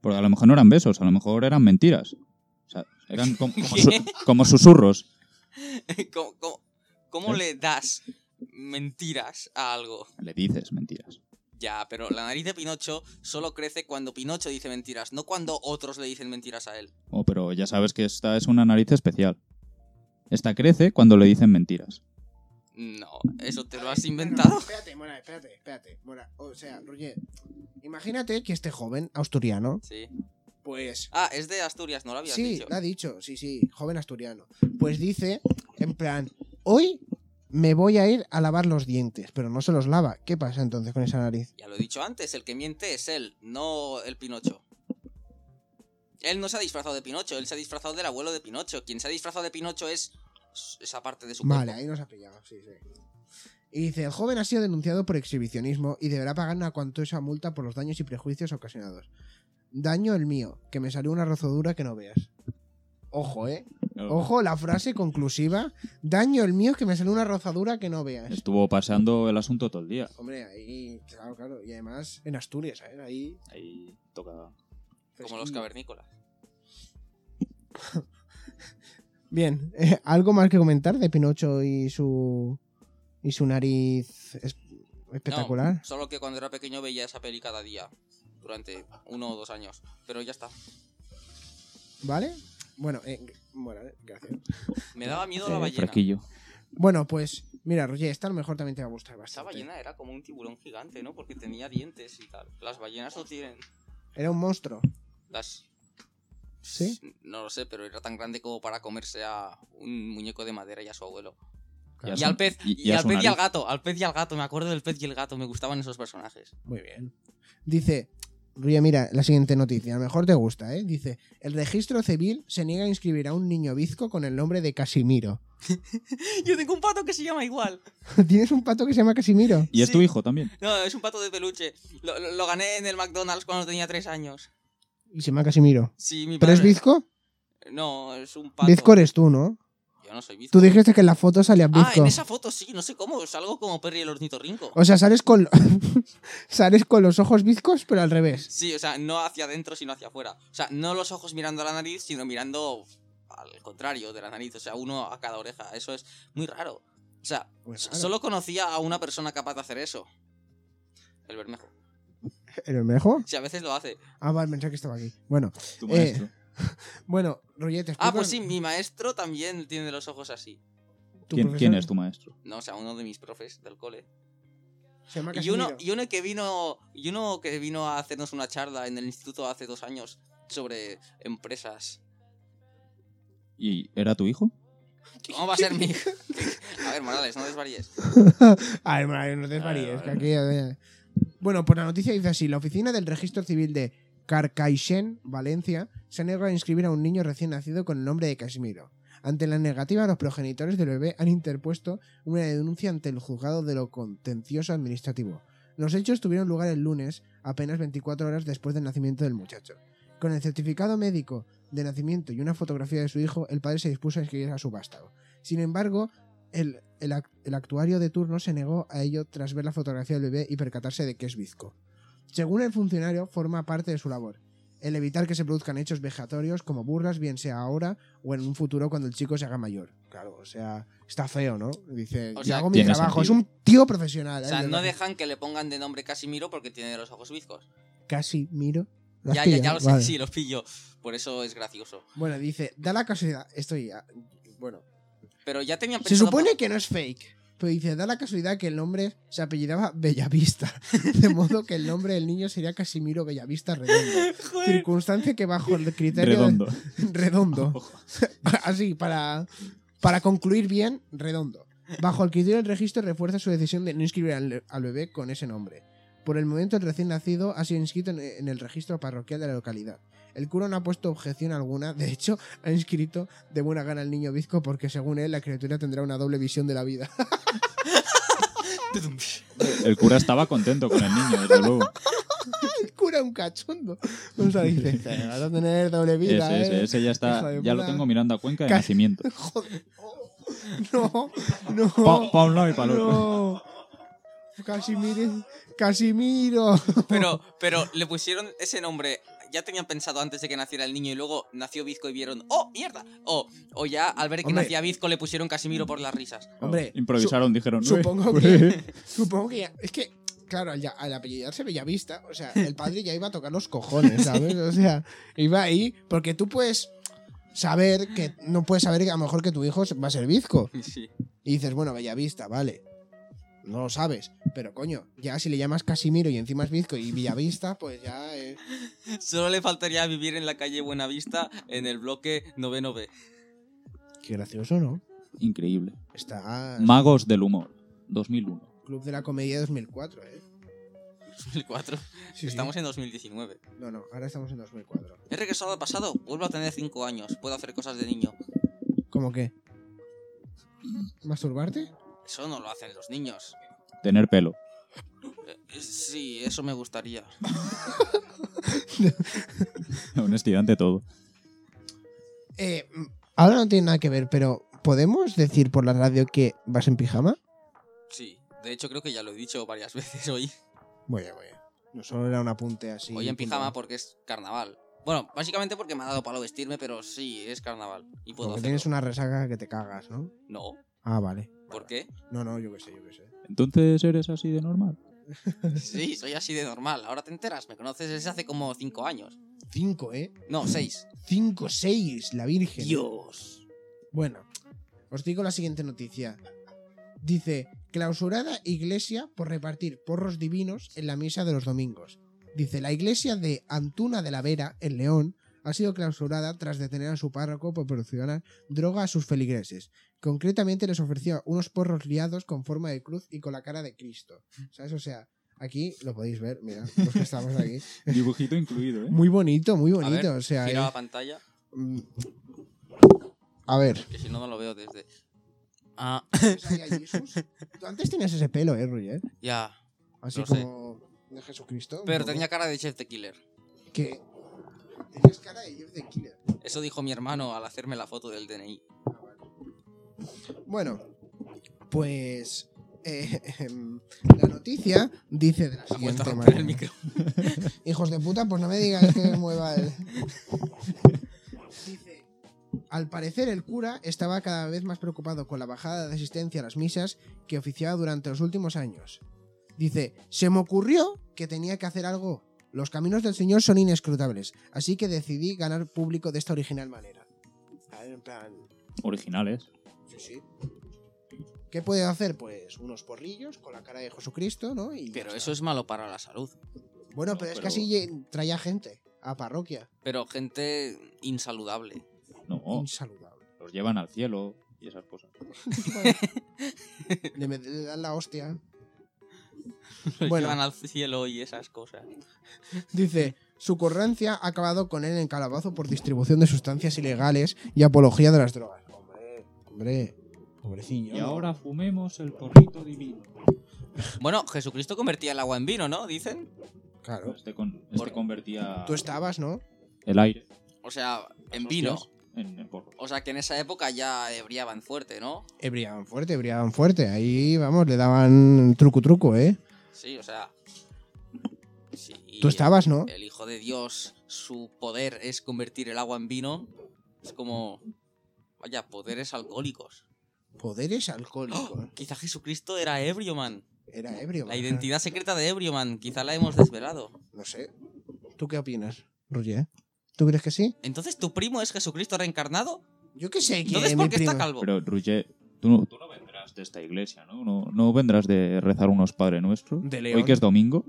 Porque a lo mejor no eran besos, a lo mejor eran mentiras. O sea, eran como, como su- como susurros. ¿Cómo, cómo- cómo ¿Eh? le das mentiras a algo? Le dices mentiras. Ya, pero la nariz de Pinocho solo crece cuando Pinocho dice mentiras, no cuando otros le dicen mentiras a él. Oh, pero ya sabes que esta es una nariz especial. Esta crece cuando le dicen mentiras. No, eso te lo has No, inventado. no, espérate, Mora, espérate, espérate. Mora, o sea, Roger, imagínate que este joven asturiano, Sí. pues. Ah, es de Asturias, no lo habías sí, dicho. lo ha dicho, sí, sí, joven asturiano. Pues dice, en plan, hoy me voy a ir a lavar los dientes, pero no se los lava. ¿Qué pasa entonces con esa nariz? Ya lo he dicho antes, el que miente es él, no el Pinocho. Él no se ha disfrazado de Pinocho, él se ha disfrazado del abuelo de Pinocho. Quien se ha disfrazado de Pinocho es esa parte de su Vale, cuerpo. ahí nos ha pillado, sí, sí. Y dice, el joven ha sido denunciado por exhibicionismo y deberá pagar una cuantiosa multa por los daños y prejuicios ocasionados. Daño el mío, que me salió una rozadura que no veas. Ojo, ¿eh? Ojo, la frase conclusiva. Daño el mío que me salió una rozadura que no veas. Estuvo pasando el asunto todo el día. Hombre, ahí, claro, claro. Y además, en Asturias, ¿sabes? Ahí. pues Ahí toca. Como los cavernícolas. Bien, eh, ¿algo más que comentar de Pinocho y su. y su nariz es- espectacular? No, solo que cuando era pequeño veía esa peli cada día. Durante uno o dos años. Pero ya está. ¿Vale? Bueno, eh, bueno, eh, gracias. Me daba miedo la Eh, ballena. fresquillo. Bueno, pues, mira, Roger, esta a lo mejor también te va a gustar Esa bastante. ballena era como un tiburón gigante, ¿no? Porque tenía dientes y tal. Las ballenas no tienen. Era un monstruo. Las. ¿Sí? No lo sé, pero era tan grande como para comerse a un muñeco de madera y a su abuelo. Claro. Y al pez, Y- y, y a al su pez y al nariz. gato, al pez y al gato, me acuerdo del pez y el gato, me gustaban esos personajes. Muy bien. Dice, Ruye, mira, la siguiente noticia, a lo mejor te gusta, ¿eh? Dice, el registro civil se niega a inscribir a un niño bizco con el nombre de Casimiro. Yo tengo un pato que se llama igual. ¿Tienes un pato que se llama Casimiro? Y es tu Sí. hijo también. No, es un pato de peluche. Lo, lo- lo gané en el McDonald's cuando tenía tres años. Y se llama Casimiro. Sí, mi ¿Pero es padre- bizco? No, es un pato. Bizco eres tú, ¿no? Yo no soy bizco. Tú dijiste que en la foto salías bizco. Ah, en esa foto sí, no sé cómo, salgo como Perry el ornitorrinco. O sea, sales con... sales con los ojos bizcos, pero al revés. Sí, o sea, no hacia adentro, sino hacia afuera. O sea, no los ojos mirando a la nariz, sino mirando al contrario de la nariz. O sea, uno a cada oreja. Eso es muy raro. O sea, Muy s- raro. solo conocía a una persona capaz de hacer eso. El Bermejo. ¿El Bermejo? Si a veces lo hace. Ah, vale, pensaba que estaba aquí. Bueno, Tu Eh. maestro. bueno, Roger, te Ah, explico- pues sí, mi maestro también tiene los ojos así. ¿Tu ¿Quién, profesor? quién es tu maestro? No, o sea, uno de mis profes del cole. Se llama Y Casimiro. uno, y uno que vino. Y uno que vino a hacernos una charla en el instituto hace dos años sobre empresas. ¿Y era tu hijo? ¿Cómo va a ser mi? A ver, Morales, no desvaríes. Ay, madre, no te desvaríes, Ah, que aquí- eh. Bueno, pues la noticia dice así: la oficina del registro civil de Carcaixent, Valencia, se negó a inscribir a un niño recién nacido con el nombre de Casimiro. Ante la negativa, los progenitores del bebé han interpuesto una denuncia ante el juzgado de lo contencioso administrativo. Los hechos tuvieron lugar el lunes, apenas 24 horas después del nacimiento del muchacho. Con el certificado médico de nacimiento y una fotografía de su hijo, el padre se dispuso a inscribir a su vástago. Sin embargo, el, el ac- el actuario de turno se negó a ello tras ver la fotografía del bebé y percatarse de que es bizco. Según el funcionario, forma parte de su labor el evitar que se produzcan hechos vejatorios como burlas, bien sea ahora o en un futuro cuando el chico se haga mayor. Claro, o sea, está feo, ¿no? Dice, O yo sea, hago mi tiene trabajo, sentido. es un tío profesional. O ¿eh? sea, Yo no lo- dejan que le pongan de nombre Casimiro porque tiene los ojos bizcos. Casi miro. ¿Lo has Ya, ya, ya pillado? lo Vale. sé, sí, lo pillo. Por eso es gracioso. Bueno, dice, da la casualidad. Estoy ya. Bueno, Pero ya tenían se pensado. supone que no es fake. Pero dice, da la casualidad que el nombre se apellidaba Bellavista. De modo que el nombre del niño sería Casimiro Bellavista Redondo. Joder. Circunstancia que bajo el criterio... Redondo. redondo. Así, para, para concluir bien, redondo. Bajo el criterio del registro refuerza su decisión de no inscribir al, al bebé con ese nombre. Por el momento, el recién nacido ha sido inscrito en, en el registro parroquial de la localidad. El cura no ha puesto objeción alguna, de hecho, ha inscrito de buena gana al niño bizco porque, según él, la criatura tendrá una doble visión de la vida. El cura estaba contento con el niño, desde luego. el cura un cachondo. O sea, dice, "Te vas a tener doble vida. ese, ese, ¿eh?". ese ya Hijo de está. Ya lo puta. tengo mirando a Cuenca de Ca- nacimiento. Joder. Oh, no, no. Pa, pa un lado y pa el otro. No. Casimiro. Casimiro. Pero, pero le pusieron ese nombre. Ya tenían pensado antes de que naciera el niño y luego nació Bizco y vieron, ¡oh, mierda! O, o ya al ver que Hombre. nacía Bizco le pusieron Casimiro por las risas. Hombre, Improvisaron, dijeron. Supongo que, supongo que ya- es que Claro, al, ya- al apellidarse Bellavista, o sea, el padre ya iba a tocar los cojones, ¿sabes? O sea, iba ahí, porque tú puedes saber que, no puedes saber que a lo mejor que tu hijo va a ser bizco. Sí. Y dices, bueno, Bellavista, vale. No lo sabes, pero coño, ya si le llamas Casimiro y encima es bizco y Villavista, pues ya... eh, Solo le faltaría vivir en la calle Buenavista en el bloque noveno B. Qué gracioso, ¿no? Increíble. Está... Magos del humor, 2001. Club de la Comedia 2004, ¿eh? 2004. Sí, Estamos en 2019. sí. No, no, ahora estamos en 2004. He regresado al pasado. Vuelvo a tener 5 años. Puedo hacer cosas de niño. ¿Cómo qué? ¿Masturbarte? Eso no lo hacen los niños. Tener pelo. Eh, Sí, eso me gustaría. La honestidad ante todo. Eh, mm, ahora no tiene nada que ver, pero ¿podemos decir por la radio que vas en pijama? Sí. De hecho, creo que ya lo he dicho varias veces hoy. Voy a, voy a. No solo era un apunte así. hoy en punto. pijama porque es carnaval. Bueno, básicamente porque me ha dado palo vestirme, pero sí, es carnaval. Y Porque puedo hacerlo. tienes una resaca que te cagas, ¿no? No. Ah, vale. ¿Por qué? No, no, yo qué sé, yo qué sé. Entonces eres así de normal. Sí, soy así de normal. Ahora te enteras. Me conoces desde hace como 5 años. Cinco, ¿eh? No, 6. Cinco, seis, la Virgen. Dios. Bueno, os digo la siguiente noticia. Dice, clausurada iglesia por repartir porros divinos en la misa de los domingos. Dice, la iglesia de Antuna de la Vera, en León, ha sido clausurada tras detener a su párroco por proporcionar droga a sus feligreses. Concretamente les ofreció unos porros liados con forma de cruz y con la cara de Cristo. ¿Sabes? O sea, aquí lo podéis ver, mira, los que estamos aquí. Dibujito incluido, ¿eh? Muy bonito, muy A bonito. ver, o sea, gira es- la pantalla, mm. a ver. que si no, no lo veo desde. Ah, ¿Ves ahí a Jesús? Tú antes tenías ese pelo, ¿eh, Roger? ya. Así Lo sé. como de Jesucristo. un Pero poco. tenía cara de Chef the Killer. Que... Tenías cara de Jeff the Killer. Eso dijo mi hermano al hacerme la foto del DNI. Bueno, pues... eh, em, la noticia dice de la Ha vuelto a siguiente romper manera. el micro. Hijos de puta, pues no me digas que me mueva el... Dice, Al parecer el cura estaba cada vez más preocupado con la bajada de asistencia a las misas que oficiaba durante los últimos años. Dice, se me ocurrió que tenía que hacer algo. Los caminos del Señor son inescrutables, así que decidí ganar público de esta original manera. A ver, en plan, Originales. sí, sí. ¿Qué puede hacer? Pues unos porrillos con la cara de Jesucristo, ¿no? Y ya Pero está. eso es malo para la salud. Bueno, No, pero es que pero- así lle- traía gente a parroquia. Pero gente insaludable. No, Insaludable. los llevan al cielo y esas cosas. Le, met- le dan la hostia. Los Bueno. Llevan al cielo y esas cosas. Dice, su corrancia ha acabado con él en calabozo por distribución de sustancias ilegales y apología de las drogas. Hombre, hombre, pobrecillo. Y ¿no? ahora fumemos el porrito divino. Bueno, Jesucristo convertía el agua en vino, ¿no? Dicen. Claro. Este, con, este Por- convertía Tú estabas, ¿no? el aire O sea, en vino. en, en porro. O sea, que en esa época ya brillaban fuerte, ¿no? Eh, brillaban fuerte, brillaban fuerte. Ahí, vamos, le daban truco truco, ¿eh? Sí, o sea. Sí. Tú estabas, ¿no? el Hijo de Dios, su poder es convertir el agua en vino. Es como. Vaya, poderes alcohólicos. Poderes alcohólicos. Quizá Jesucristo era ebrio, man. Era ebrio. ¡Oh! La man. identidad secreta de ebrio, man. Quizá la hemos desvelado. No sé. ¿Tú qué opinas, Roger? ¿Tú crees que sí? Entonces, ¿tu primo es Jesucristo reencarnado? Yo qué sé, que Entonces, mi ¿por qué está primo- calvo? Pero, Ruger, tú no, tú no vendrás de esta iglesia, ¿no? ¿no? no vendrás de rezar unos Padre Nuestro. De León. Hoy que es domingo.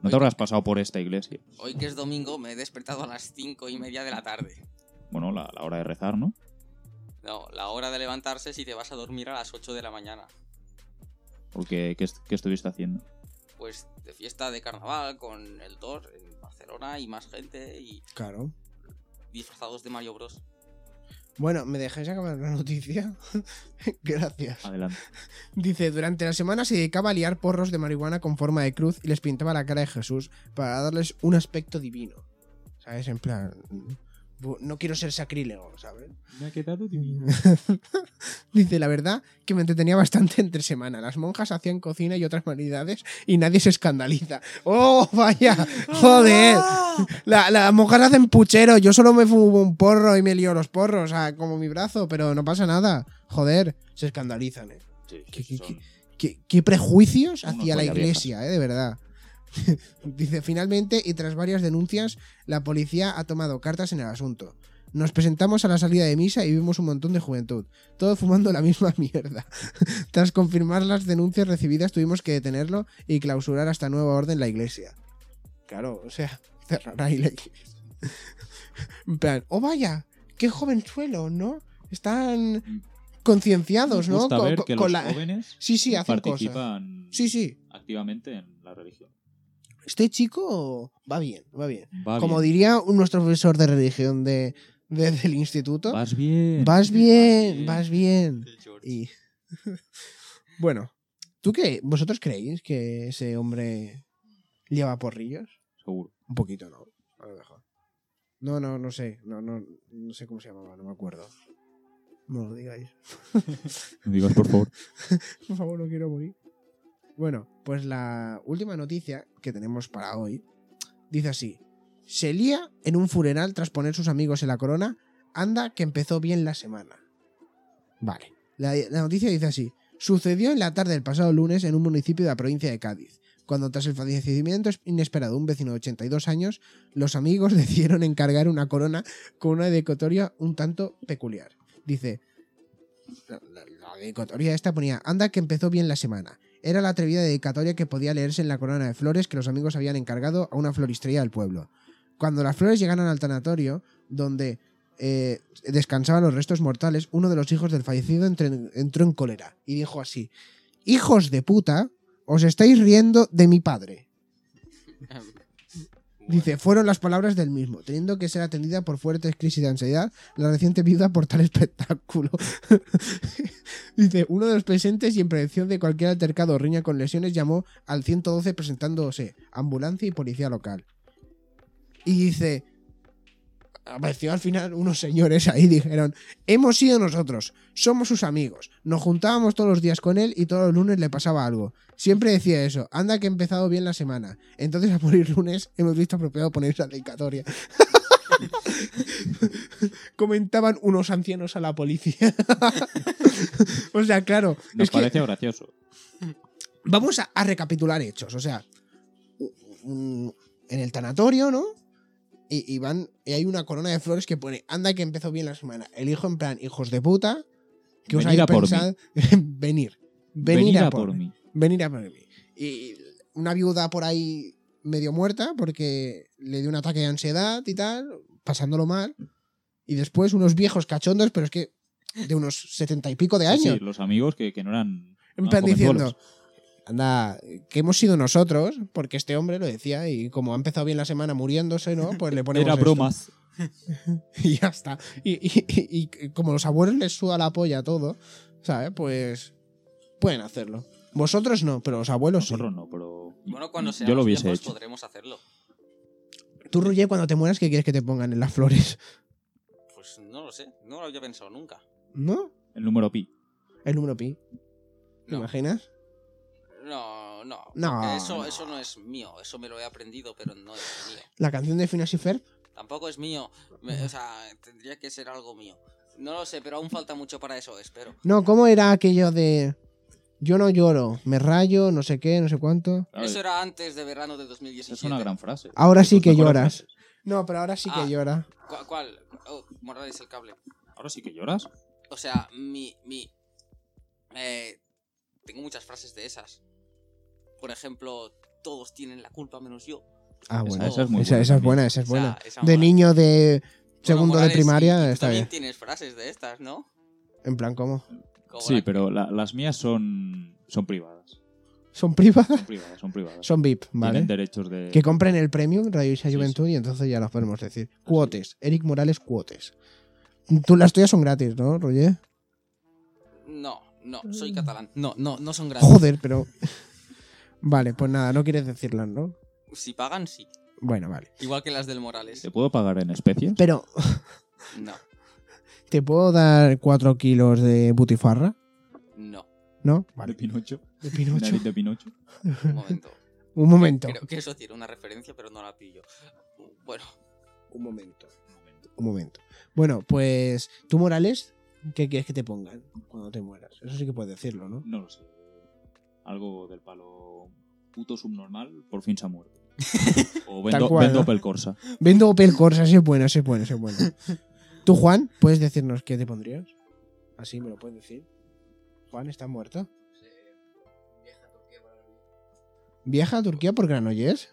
No Hoy- te habrás pasado por esta iglesia. Hoy que es domingo, me he despertado a las cinco y media de la tarde. Bueno, la, la hora de rezar, ¿no? No, la hora de levantarse si te vas a dormir a las 8 de la mañana. Porque, ¿qué, est- qué estuviste haciendo? Pues de fiesta de carnaval con el 2 en Barcelona y más gente y Claro. disfrazados de Mario Bros. Bueno, ¿me dejáis acabar la noticia? Gracias. Adelante. Dice, durante la semana se dedicaba a liar porros de marihuana con forma de cruz y les pintaba la cara de Jesús para darles un aspecto divino. ¿Sabes? En plan... bu- No quiero ser sacrílego, ¿sabes? Me ha quedado divino. Dice, la verdad que me entretenía bastante entre semana. Las monjas hacían cocina y otras manualidades y nadie se escandaliza. ¡Oh, vaya! ¡Joder! é. La- las monjas hacen puchero. Yo solo me fumo un porro y me lío los porros, o sea, como mi brazo, pero no pasa nada. Joder, se escandalizan, ¿eh? Sí, ¿Qué- sí, qué- son, qué, qué prejuicios Unos hacia la polla iglesia, eh, de verdad. Dice, finalmente, y tras varias denuncias, la policía ha tomado cartas en el asunto. Nos presentamos a la salida de misa y vimos un montón de juventud, todo fumando la misma mierda. tras confirmar las denuncias recibidas, tuvimos que detenerlo y clausurar hasta nueva orden la iglesia. Claro, o sea, cerrar ahí la iglesia. En plan, oh vaya, qué jovenzuelo, ¿no? Están concienciados, Nos ¿no? gusta Con- ver con- que con los la- jóvenes Sí, sí, hacen cosas. participan Sí, sí. activamente en la religión. Este chico va bien, va bien. Va Como bien. diría un- nuestro profesor de religión de, de- del instituto, Vas bien. vas bien, vas Vas bien. Y bueno, ¿tú qué? ¿Vosotros creéis que ese hombre lleva porrillos? Seguro. Un poquito, ¿no? A lo mejor. No, no, no sé. No, no, no sé cómo se llamaba, no me acuerdo. No lo digáis. No digas, por favor. Por favor, no quiero morir. Bueno, pues la última noticia que tenemos para hoy dice así: Se lía en un funeral tras poner sus amigos en la corona. Anda, que empezó bien la semana. Vale. La, la noticia dice así: Sucedió en la tarde del pasado lunes en un municipio de la provincia de Cádiz, cuando tras el fallecimiento inesperado de un vecino de 82 años, los amigos decidieron encargar una corona con una decotoria un tanto peculiar. Dice, la, la- la dedicatoria esta ponía, anda que empezó bien la semana. Era la atrevida dedicatoria que podía leerse en la corona de flores que los amigos habían encargado a una floristería del pueblo. Cuando las flores llegaron al tanatorio, donde eh, descansaban los restos mortales, uno de los hijos del fallecido entre- entró en cólera y dijo así, hijos de puta, os estáis riendo de mi padre. Dice, fueron las palabras del mismo, teniendo que ser atendida por fuertes crisis de ansiedad la reciente viuda por tal espectáculo. Dice, uno de los presentes y en prevención de cualquier altercado o riña con lesiones llamó al 112 presentándose ambulancia y policía local. Y dice, apareció al final unos señores ahí, dijeron, hemos sido nosotros, somos sus amigos, nos juntábamos todos los días con él y todos los lunes le pasaba algo. Siempre decía eso, anda que he empezado bien la semana. Entonces a morir lunes hemos visto apropiado poner esa dedicatoria. Comentaban unos ancianos a la policía. o sea, claro, Nos es que- parece gracioso. Vamos a, a recapitular hechos. O sea, u- u- en el tanatorio, ¿no? Y, y van. Y hay una corona de flores que pone, anda que empezó bien la semana. El hijo en plan, hijos de puta, que os habéis Venid a por mí. pensado. venir. Venir, Venid a, a por, por mí. Venir a por mí. Y una viuda por ahí medio muerta porque le dio un ataque de ansiedad y tal, pasándolo mal. Y después unos viejos cachondos, pero es que de unos setenta y pico de Sí, Ah, años. sí, los amigos que, que no eran. En no plan eran jovenzuelos. diciendo, anda, que hemos sido nosotros, porque este hombre lo decía, y como ha empezado bien la semana muriéndose, ¿no? Pues le ponemos. Era esto". bromas. Y ya está. Y, y- y- y como los abuelos les suda la polla todo, ¿sabes? Pues pueden hacerlo. Vosotros no, pero los abuelos sí. Nosotros no, pero. Bueno, cuando seamos Yo lo hubiese viejos hecho. podremos hacerlo. Tú, Ruye, cuando te mueras, ¿qué quieres que te pongan en las flores? Pues no lo sé, no lo había pensado nunca. ¿No? El número pi. El número pi. ¿Te No. imaginas? No, no. No, porque Eso, no. eso no es mío, eso me lo he aprendido, pero no es mío. La canción de Finas y Ferb. Tampoco es mío, me- o sea, tendría que ser algo mío. No lo sé, pero aún falta mucho para eso, espero. No, ¿cómo era aquello de. Yo no lloro, me rayo, no sé qué, no sé cuánto. Claro, Eso era antes de verano de 2017. es una gran frase. Ahora sí Tus que mejores lloras. frases. No, pero ahora sí que Ah. llora. ¿Cuál? cuál? Oh, Morales el cable. Ahora sí que lloras. O sea, mi. mi eh, tengo muchas frases de esas. Por ejemplo, todos tienen la culpa menos yo. Ah, bueno. Esa, esa es muy Esa, buena. esa es también. buena, esa es O sea, buena. esa de mola. niño de segundo Bueno, Morales, de y- primaria y está también bien. tienes frases de estas, ¿no? En plan, ¿cómo? Como Sí, la- pero la- las mías son, son privadas. ¿Son privadas? Son privadas, son privadas. Son VIP, Tienen ¿vale? derechos de. Que compren el premium Radio Isa Sí, Juventud y entonces ya las podemos decir. Cuotes. Eric Morales, cuotes. Tú, las tuyas son gratis, ¿no, Roger? No, no, soy catalán. No, no, no son grandes. Joder, pero... Vale, pues nada, no quieres decirlas, ¿no? Si pagan, sí. Bueno, vale. Igual que las del Morales. ¿Te puedo pagar en especies? Pero, No, ¿te puedo dar 4 kilos de butifarra? no. ¿No? De Pinocho. De Pinocho. Nariz de Pinocho. Un momento. Un momento. Creo que eso tiene una referencia, pero no la pillo. Bueno, Un momento. Un momento. Bueno, pues tú, Morales, ¿qué quieres que te pongan cuando te mueras? Eso sí que puedes decirlo, ¿no? No lo sé. algo del palo puto subnormal, por fin se ha muerto. Tal O vendo, cual, vendo ¿no? Opel Corsa. Vendo Opel Corsa, ese es bueno, ese es bueno, ese es bueno. Tú, Juan, ¿puedes decirnos qué te pondrías? Así me lo puedes decir. Juan, ¿está muerto? ¿Viaja a Turquía por Granollers?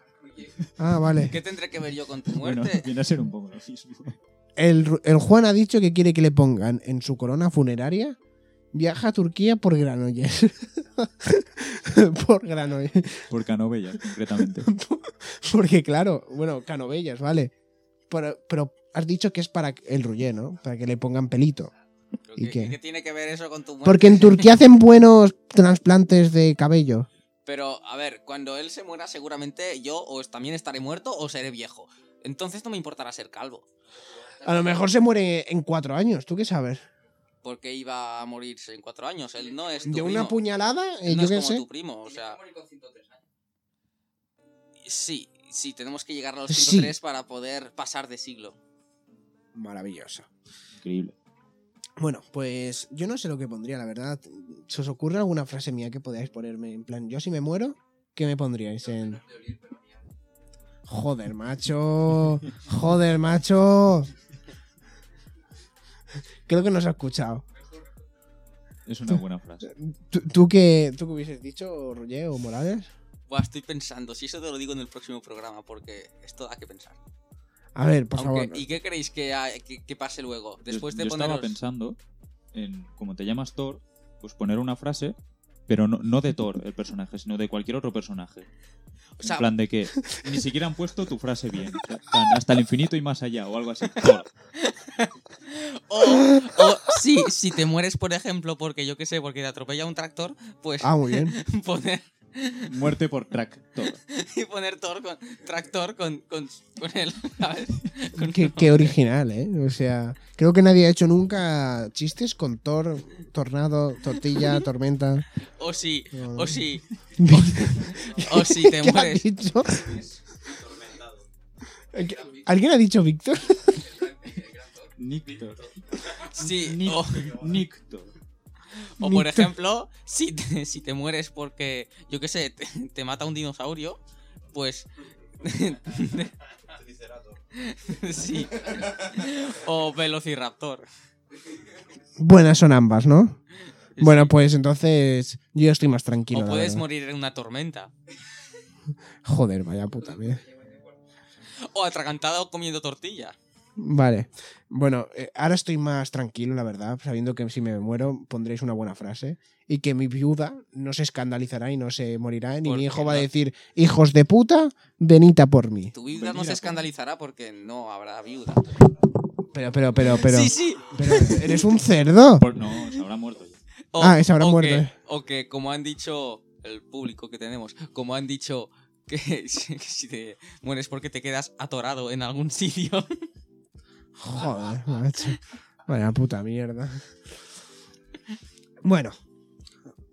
Ah, vale. ¿Qué tendré que ver yo con tu Bueno, muerte? viene a ser un poco lo mismo. El, Ru- el Juan ha dicho que quiere que le pongan en su corona funeraria. Viaja a Turquía por Granollers. por Granollers. Por Canovellas, concretamente. Porque, claro, bueno, Canovellas, vale. Pero, pero has dicho que es para el Rullé, ¿no? Para que le pongan pelito. ¿Pero ¿y qué, qué? qué tiene que ver eso con tu muerte? Porque en Turquía hacen buenos trasplantes de cabello. Pero, a ver, cuando él se muera, seguramente yo o es- también estaré muerto o seré viejo. Entonces no me importará ser calvo. A lo mejor se muere en cuatro años, ¿tú qué sabes? Porque iba a morirse en cuatro años. Él no es tu De primo. una puñalada, eh, Él yo no es qué como sé. tu primo, o sea. Sí, sí, tenemos que llegar a los Sí. 103 para poder pasar de siglo. Maravilloso. Increíble. Bueno, pues yo no sé lo que pondría, la verdad. ¿Se os ocurre alguna frase mía que podáis ponerme? En plan, yo si me muero, ¿qué me pondríais en...? Joder, macho. Joder, macho. Creo que nos ha escuchado. Es una buena frase. ¿Tú, tú qué, ¿Tú qué hubieses dicho, Roger o Morales? Buah, estoy pensando, si eso te lo digo en el próximo programa, porque esto da que pensar. A ver, por Aunque- favor. ¿Y qué creéis que, ha- que- que pase luego? Después yo, de yo poneros... estaba pensando en, como te llamas Thor, pues poner una frase, pero no, no de Thor el personaje, sino de cualquier otro personaje. O sea, en plan de que ni siquiera han puesto tu frase bien. En plan, Hasta el infinito y más allá o algo así. Thor. o, o sí, si te mueres, por ejemplo, porque yo qué sé, porque te atropella un tractor, pues Ah, muy bien. poner, Muerte por track. Thor. y poner Thor con, tractor con, con, con el... ¿sabes? Con- Qué, qué original, ¿eh? O sea, creo que nadie ha hecho nunca chistes con Thor, Tornado, Tortilla, Tormenta. O si, No, no. o si, ¿Qué o si te ha mueres. dicho? ¿Alguien ha dicho Víctor? Nick Thor. Sí, Nick, o, Nick Thor. o por ejemplo, si te, si te mueres porque, yo qué sé, te, te mata un dinosaurio, pues... sí. O Velociraptor. Buenas son ambas, ¿no? Bueno, Sí. pues entonces yo ya estoy más tranquilo. o la puedes ¿eh? verdad. morir en una tormenta. Joder, vaya puta mierda. O atragantado comiendo tortilla. Vale. Bueno, eh, ahora estoy más tranquilo, la verdad, sabiendo que si me muero pondréis una buena frase y que mi viuda no se escandalizará y no se morirá, ni ¿Por mi qué hijo va a no? decir, hijos de puta, venita por mí. Tu viuda no Venid se pues. a- escandalizará porque no habrá viuda. Pero, pero, pero, pero... sí, sí. pero eres un cerdo. Por- no, se habrá muerto ya. O- Ah, se habrá o muerto. que- o que, como han dicho el público que tenemos, como han dicho que, si- que si te mueres porque te quedas atorado en algún sitio. Joder, macho. Vaya puta mierda. Bueno,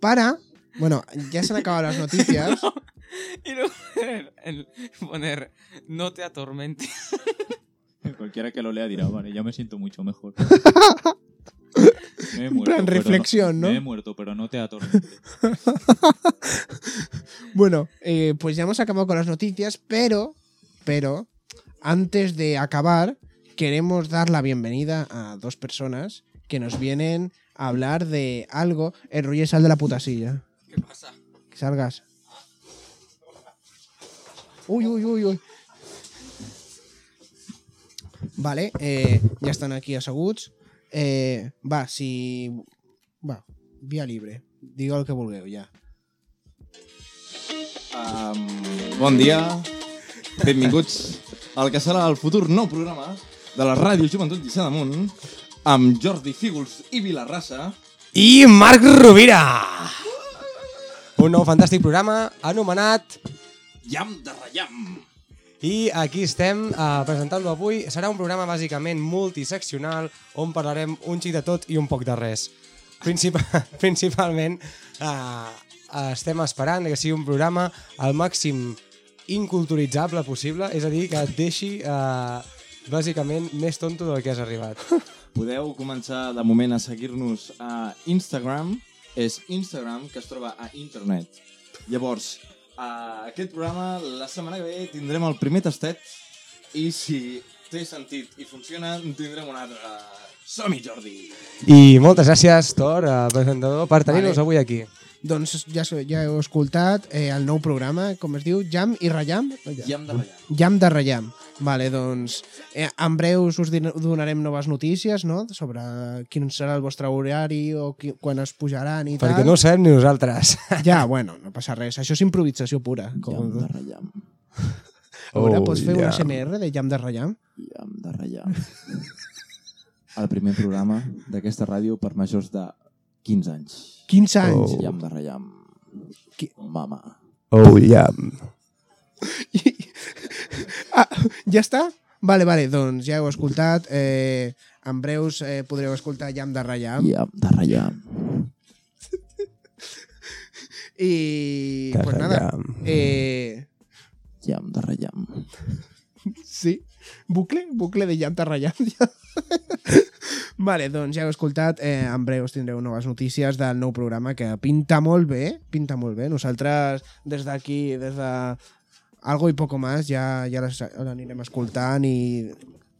para... Bueno, ya se han acabado las noticias. y luego poner, el- poner, no te atormentes. Cualquiera que lo lea dirá, vale, ya me siento mucho mejor. Me he En plan, pero reflexión, ¿no? Me he muerto, pero no te atormentes. Bueno, eh, pues ya hemos acabado con las noticias, pero, pero, antes de acabar, queremos dar la bienvenida a dos personas que nos vienen a hablar de algo. El Roger, sal de la puta silla. ¿Qué pasa? Que salgas. Uy, uy, uy, uy. Vale, eh, ya están aquí a Soguts. Eh, va, si. Va, vía libre. Digo lo que vulgueo ya. Um, bon dia, benvinguts al que serà el futur nou programa de la Ràdio Joventut Lliçà d'Amunt amb Jordi Fígols i Vilarrassa. i Marc Rovira. Un nou fantàstic programa anomenat Llam de rellam! i aquí estem eh, presentant-lo avui. Serà un programa bàsicament multiseccional on parlarem un xic de tot i un poc de res. Princip principalment eh, estem esperant que sigui un programa el màxim inculturitzable possible, és a dir, que et deixi eh, bàsicament més tonto del que has arribat. Podeu començar de moment a seguir-nos a Instagram és Instagram, que es troba a internet. Llavors, a aquest programa la setmana que ve tindrem el primer tastet i si té sentit i funciona, en tindrem un altre. Som-hi, Jordi! I moltes gràcies, Tor, eh, presentador, per tenir-nos Vale. avui aquí. Doncs ja, so- ja heu escoltat eh, el nou programa, com es diu? Jam i Rallam? Ja hem de ballar. Jam de Rallam. Vale, doncs eh, en breus us din- donarem noves notícies, no? Sobre quin serà el vostre horari o qui, quan es pujaran i Perquè tal. no ho sabem ni nosaltres. Ja, bueno, no passa res. Això és improvisació pura. Com... de ratllam. A veure, Oh, pots fer ja. un SMR de Jam de Rallam? Llam de ratllam. El primer programa d'aquesta ràdio per majors de 15 anys. 15 anys. Oh. Llam de ratllam. Qui- Mama. Oh, llam. Ah, ja està? Vale, vale, doncs ja heu escoltat. Eh, en breus eh, podreu escoltar Jam de Rallam. Llam de ratllam. I... Pues nada. Eh, Llam de ratllam. Sí. Bucle? Bucle de llanta ratllant. vale, doncs ja heu escoltat. Eh, en breu us tindreu noves notícies del nou programa que pinta molt bé. Pinta molt bé. Nosaltres des d'aquí, des de... Algo i poco más, ja, ja les anirem escoltant i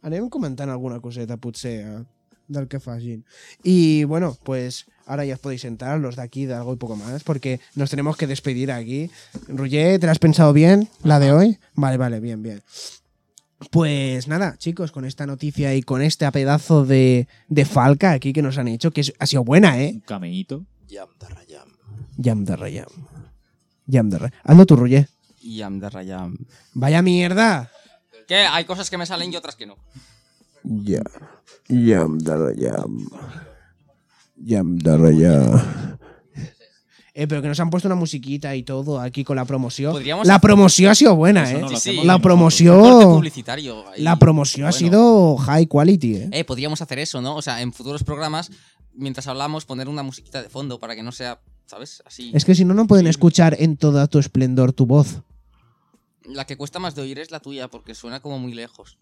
anem comentant alguna coseta, potser, eh, del que facin. Y bueno, pues ahora ya os podéis sentar los de aquí de algo y poco más, porque nos tenemos que despedir aquí. Ruger, ¿te la has pensado bien la de hoy? Vale, vale, bien, bien. Pues nada, chicos, con esta noticia y con este pedazo de, de falca aquí que nos han hecho, que es- ha sido buena, ¿eh? Un cameíto. Llam de ratllam. Yam de rey, yam. Yam de rey. Hazlo tú, Ruger. Y am de rayam. Vaya mierda. Que hay cosas que me salen y otras que no. Ja. Llam de rellam. Llam de Doncs rellam. Eh, pero que nos han puesto una musiquita y todo aquí con la promoción. Podríamos La hacer- promoción ha sido buena, Eso ¿eh? no lo Sí, hacemos sí. ni la nosotros. Corte promoción... publicitario. ahí. La promoción ha Bueno. sido high quality, ¿eh? Eh, podríamos hacer eso, ¿no? O sea, en futuros programas, mientras hablamos, poner una musiquita de fondo para que no sea, ¿sabes? Así. Es que si no, no pueden Sí. escuchar en todo tu esplendor tu voz. La que cuesta más de oír es la tuya, porque suena como muy lejos.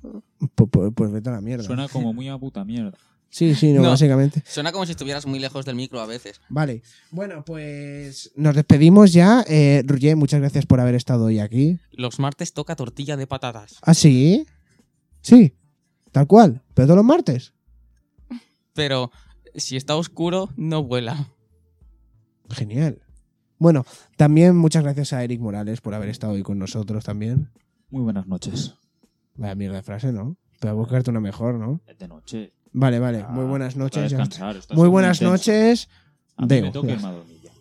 Pues, pues- pues vete a la mierda. Suena como muy a puta mierda. Sí, sí, no, No. básicamente. Suena como si estuvieras muy lejos del micro a veces. Vale. Bueno, pues nos despedimos ya. Eh, Roger, muchas gracias por haber estado hoy aquí. Los martes toca tortilla de patatas. ¿Ah, sí? Sí, tal cual. Pero todos los martes. Pero si está oscuro, no vuela. Genial. Bueno, también muchas gracias a Eric Morales por haber estado hoy con nosotros también. Muy buenas noches. Vaya mierda de frase, ¿no? Pero buscarte una mejor, ¿no? Es de noche. Vale, vale. Ah, Eh, Muy buenas Para noches. ya está. descansar, estás Muy buenas intenso. noches. A mí Deo, me toca ya. irme a dormir ya.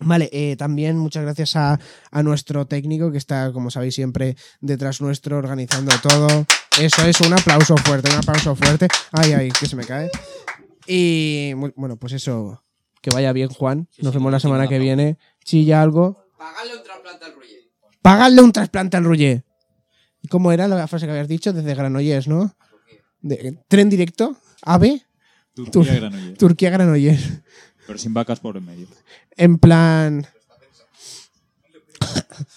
Vale, eh, también muchas gracias a, a nuestro técnico que está, como sabéis, siempre detrás nuestro organizando todo. Eso es, un aplauso fuerte, un aplauso fuerte. Ay, ay, que se me cae. Y mu- bueno, pues eso, que vaya bien, Juan. Nos vemos la semana que viene. Chilla algo. Pagarle un trasplante al Roger. Pagadle un trasplante al Ruller. ¿Cómo era la frase que habías dicho? Desde Granollers, ¿no? De- ¿Tren directo? ¿AVE? Turquía, Granollers. Turquía Granollers. Pero sin vacas por en medio. En plan,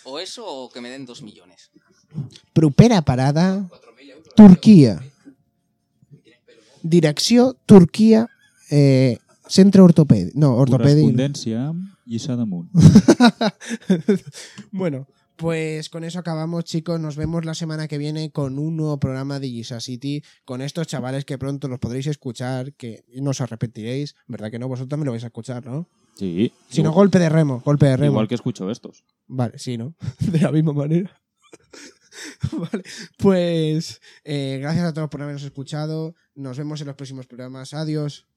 O eso o que me den dos millones. propera parada, Turquia. Direcció, Turquia, eh, centre ortopèdic. No, ortopèdic. Correspondencia y Sadamun. Bueno, pues con eso acabamos, chicos. Nos vemos la semana que viene con un nuevo programa de Giza City, con estos chavales que pronto los podréis escuchar, que no os arrepentiréis, ¿verdad que no? Vosotros también lo vais a escuchar, ¿no? Sí. Si no, igual, golpe de remo, golpe de remo. igual que escucho estos. Vale, sí, ¿no? De la misma manera. vale, pues eh, gracias a todos por habernos escuchado. Nos vemos en los próximos programas. Adiós.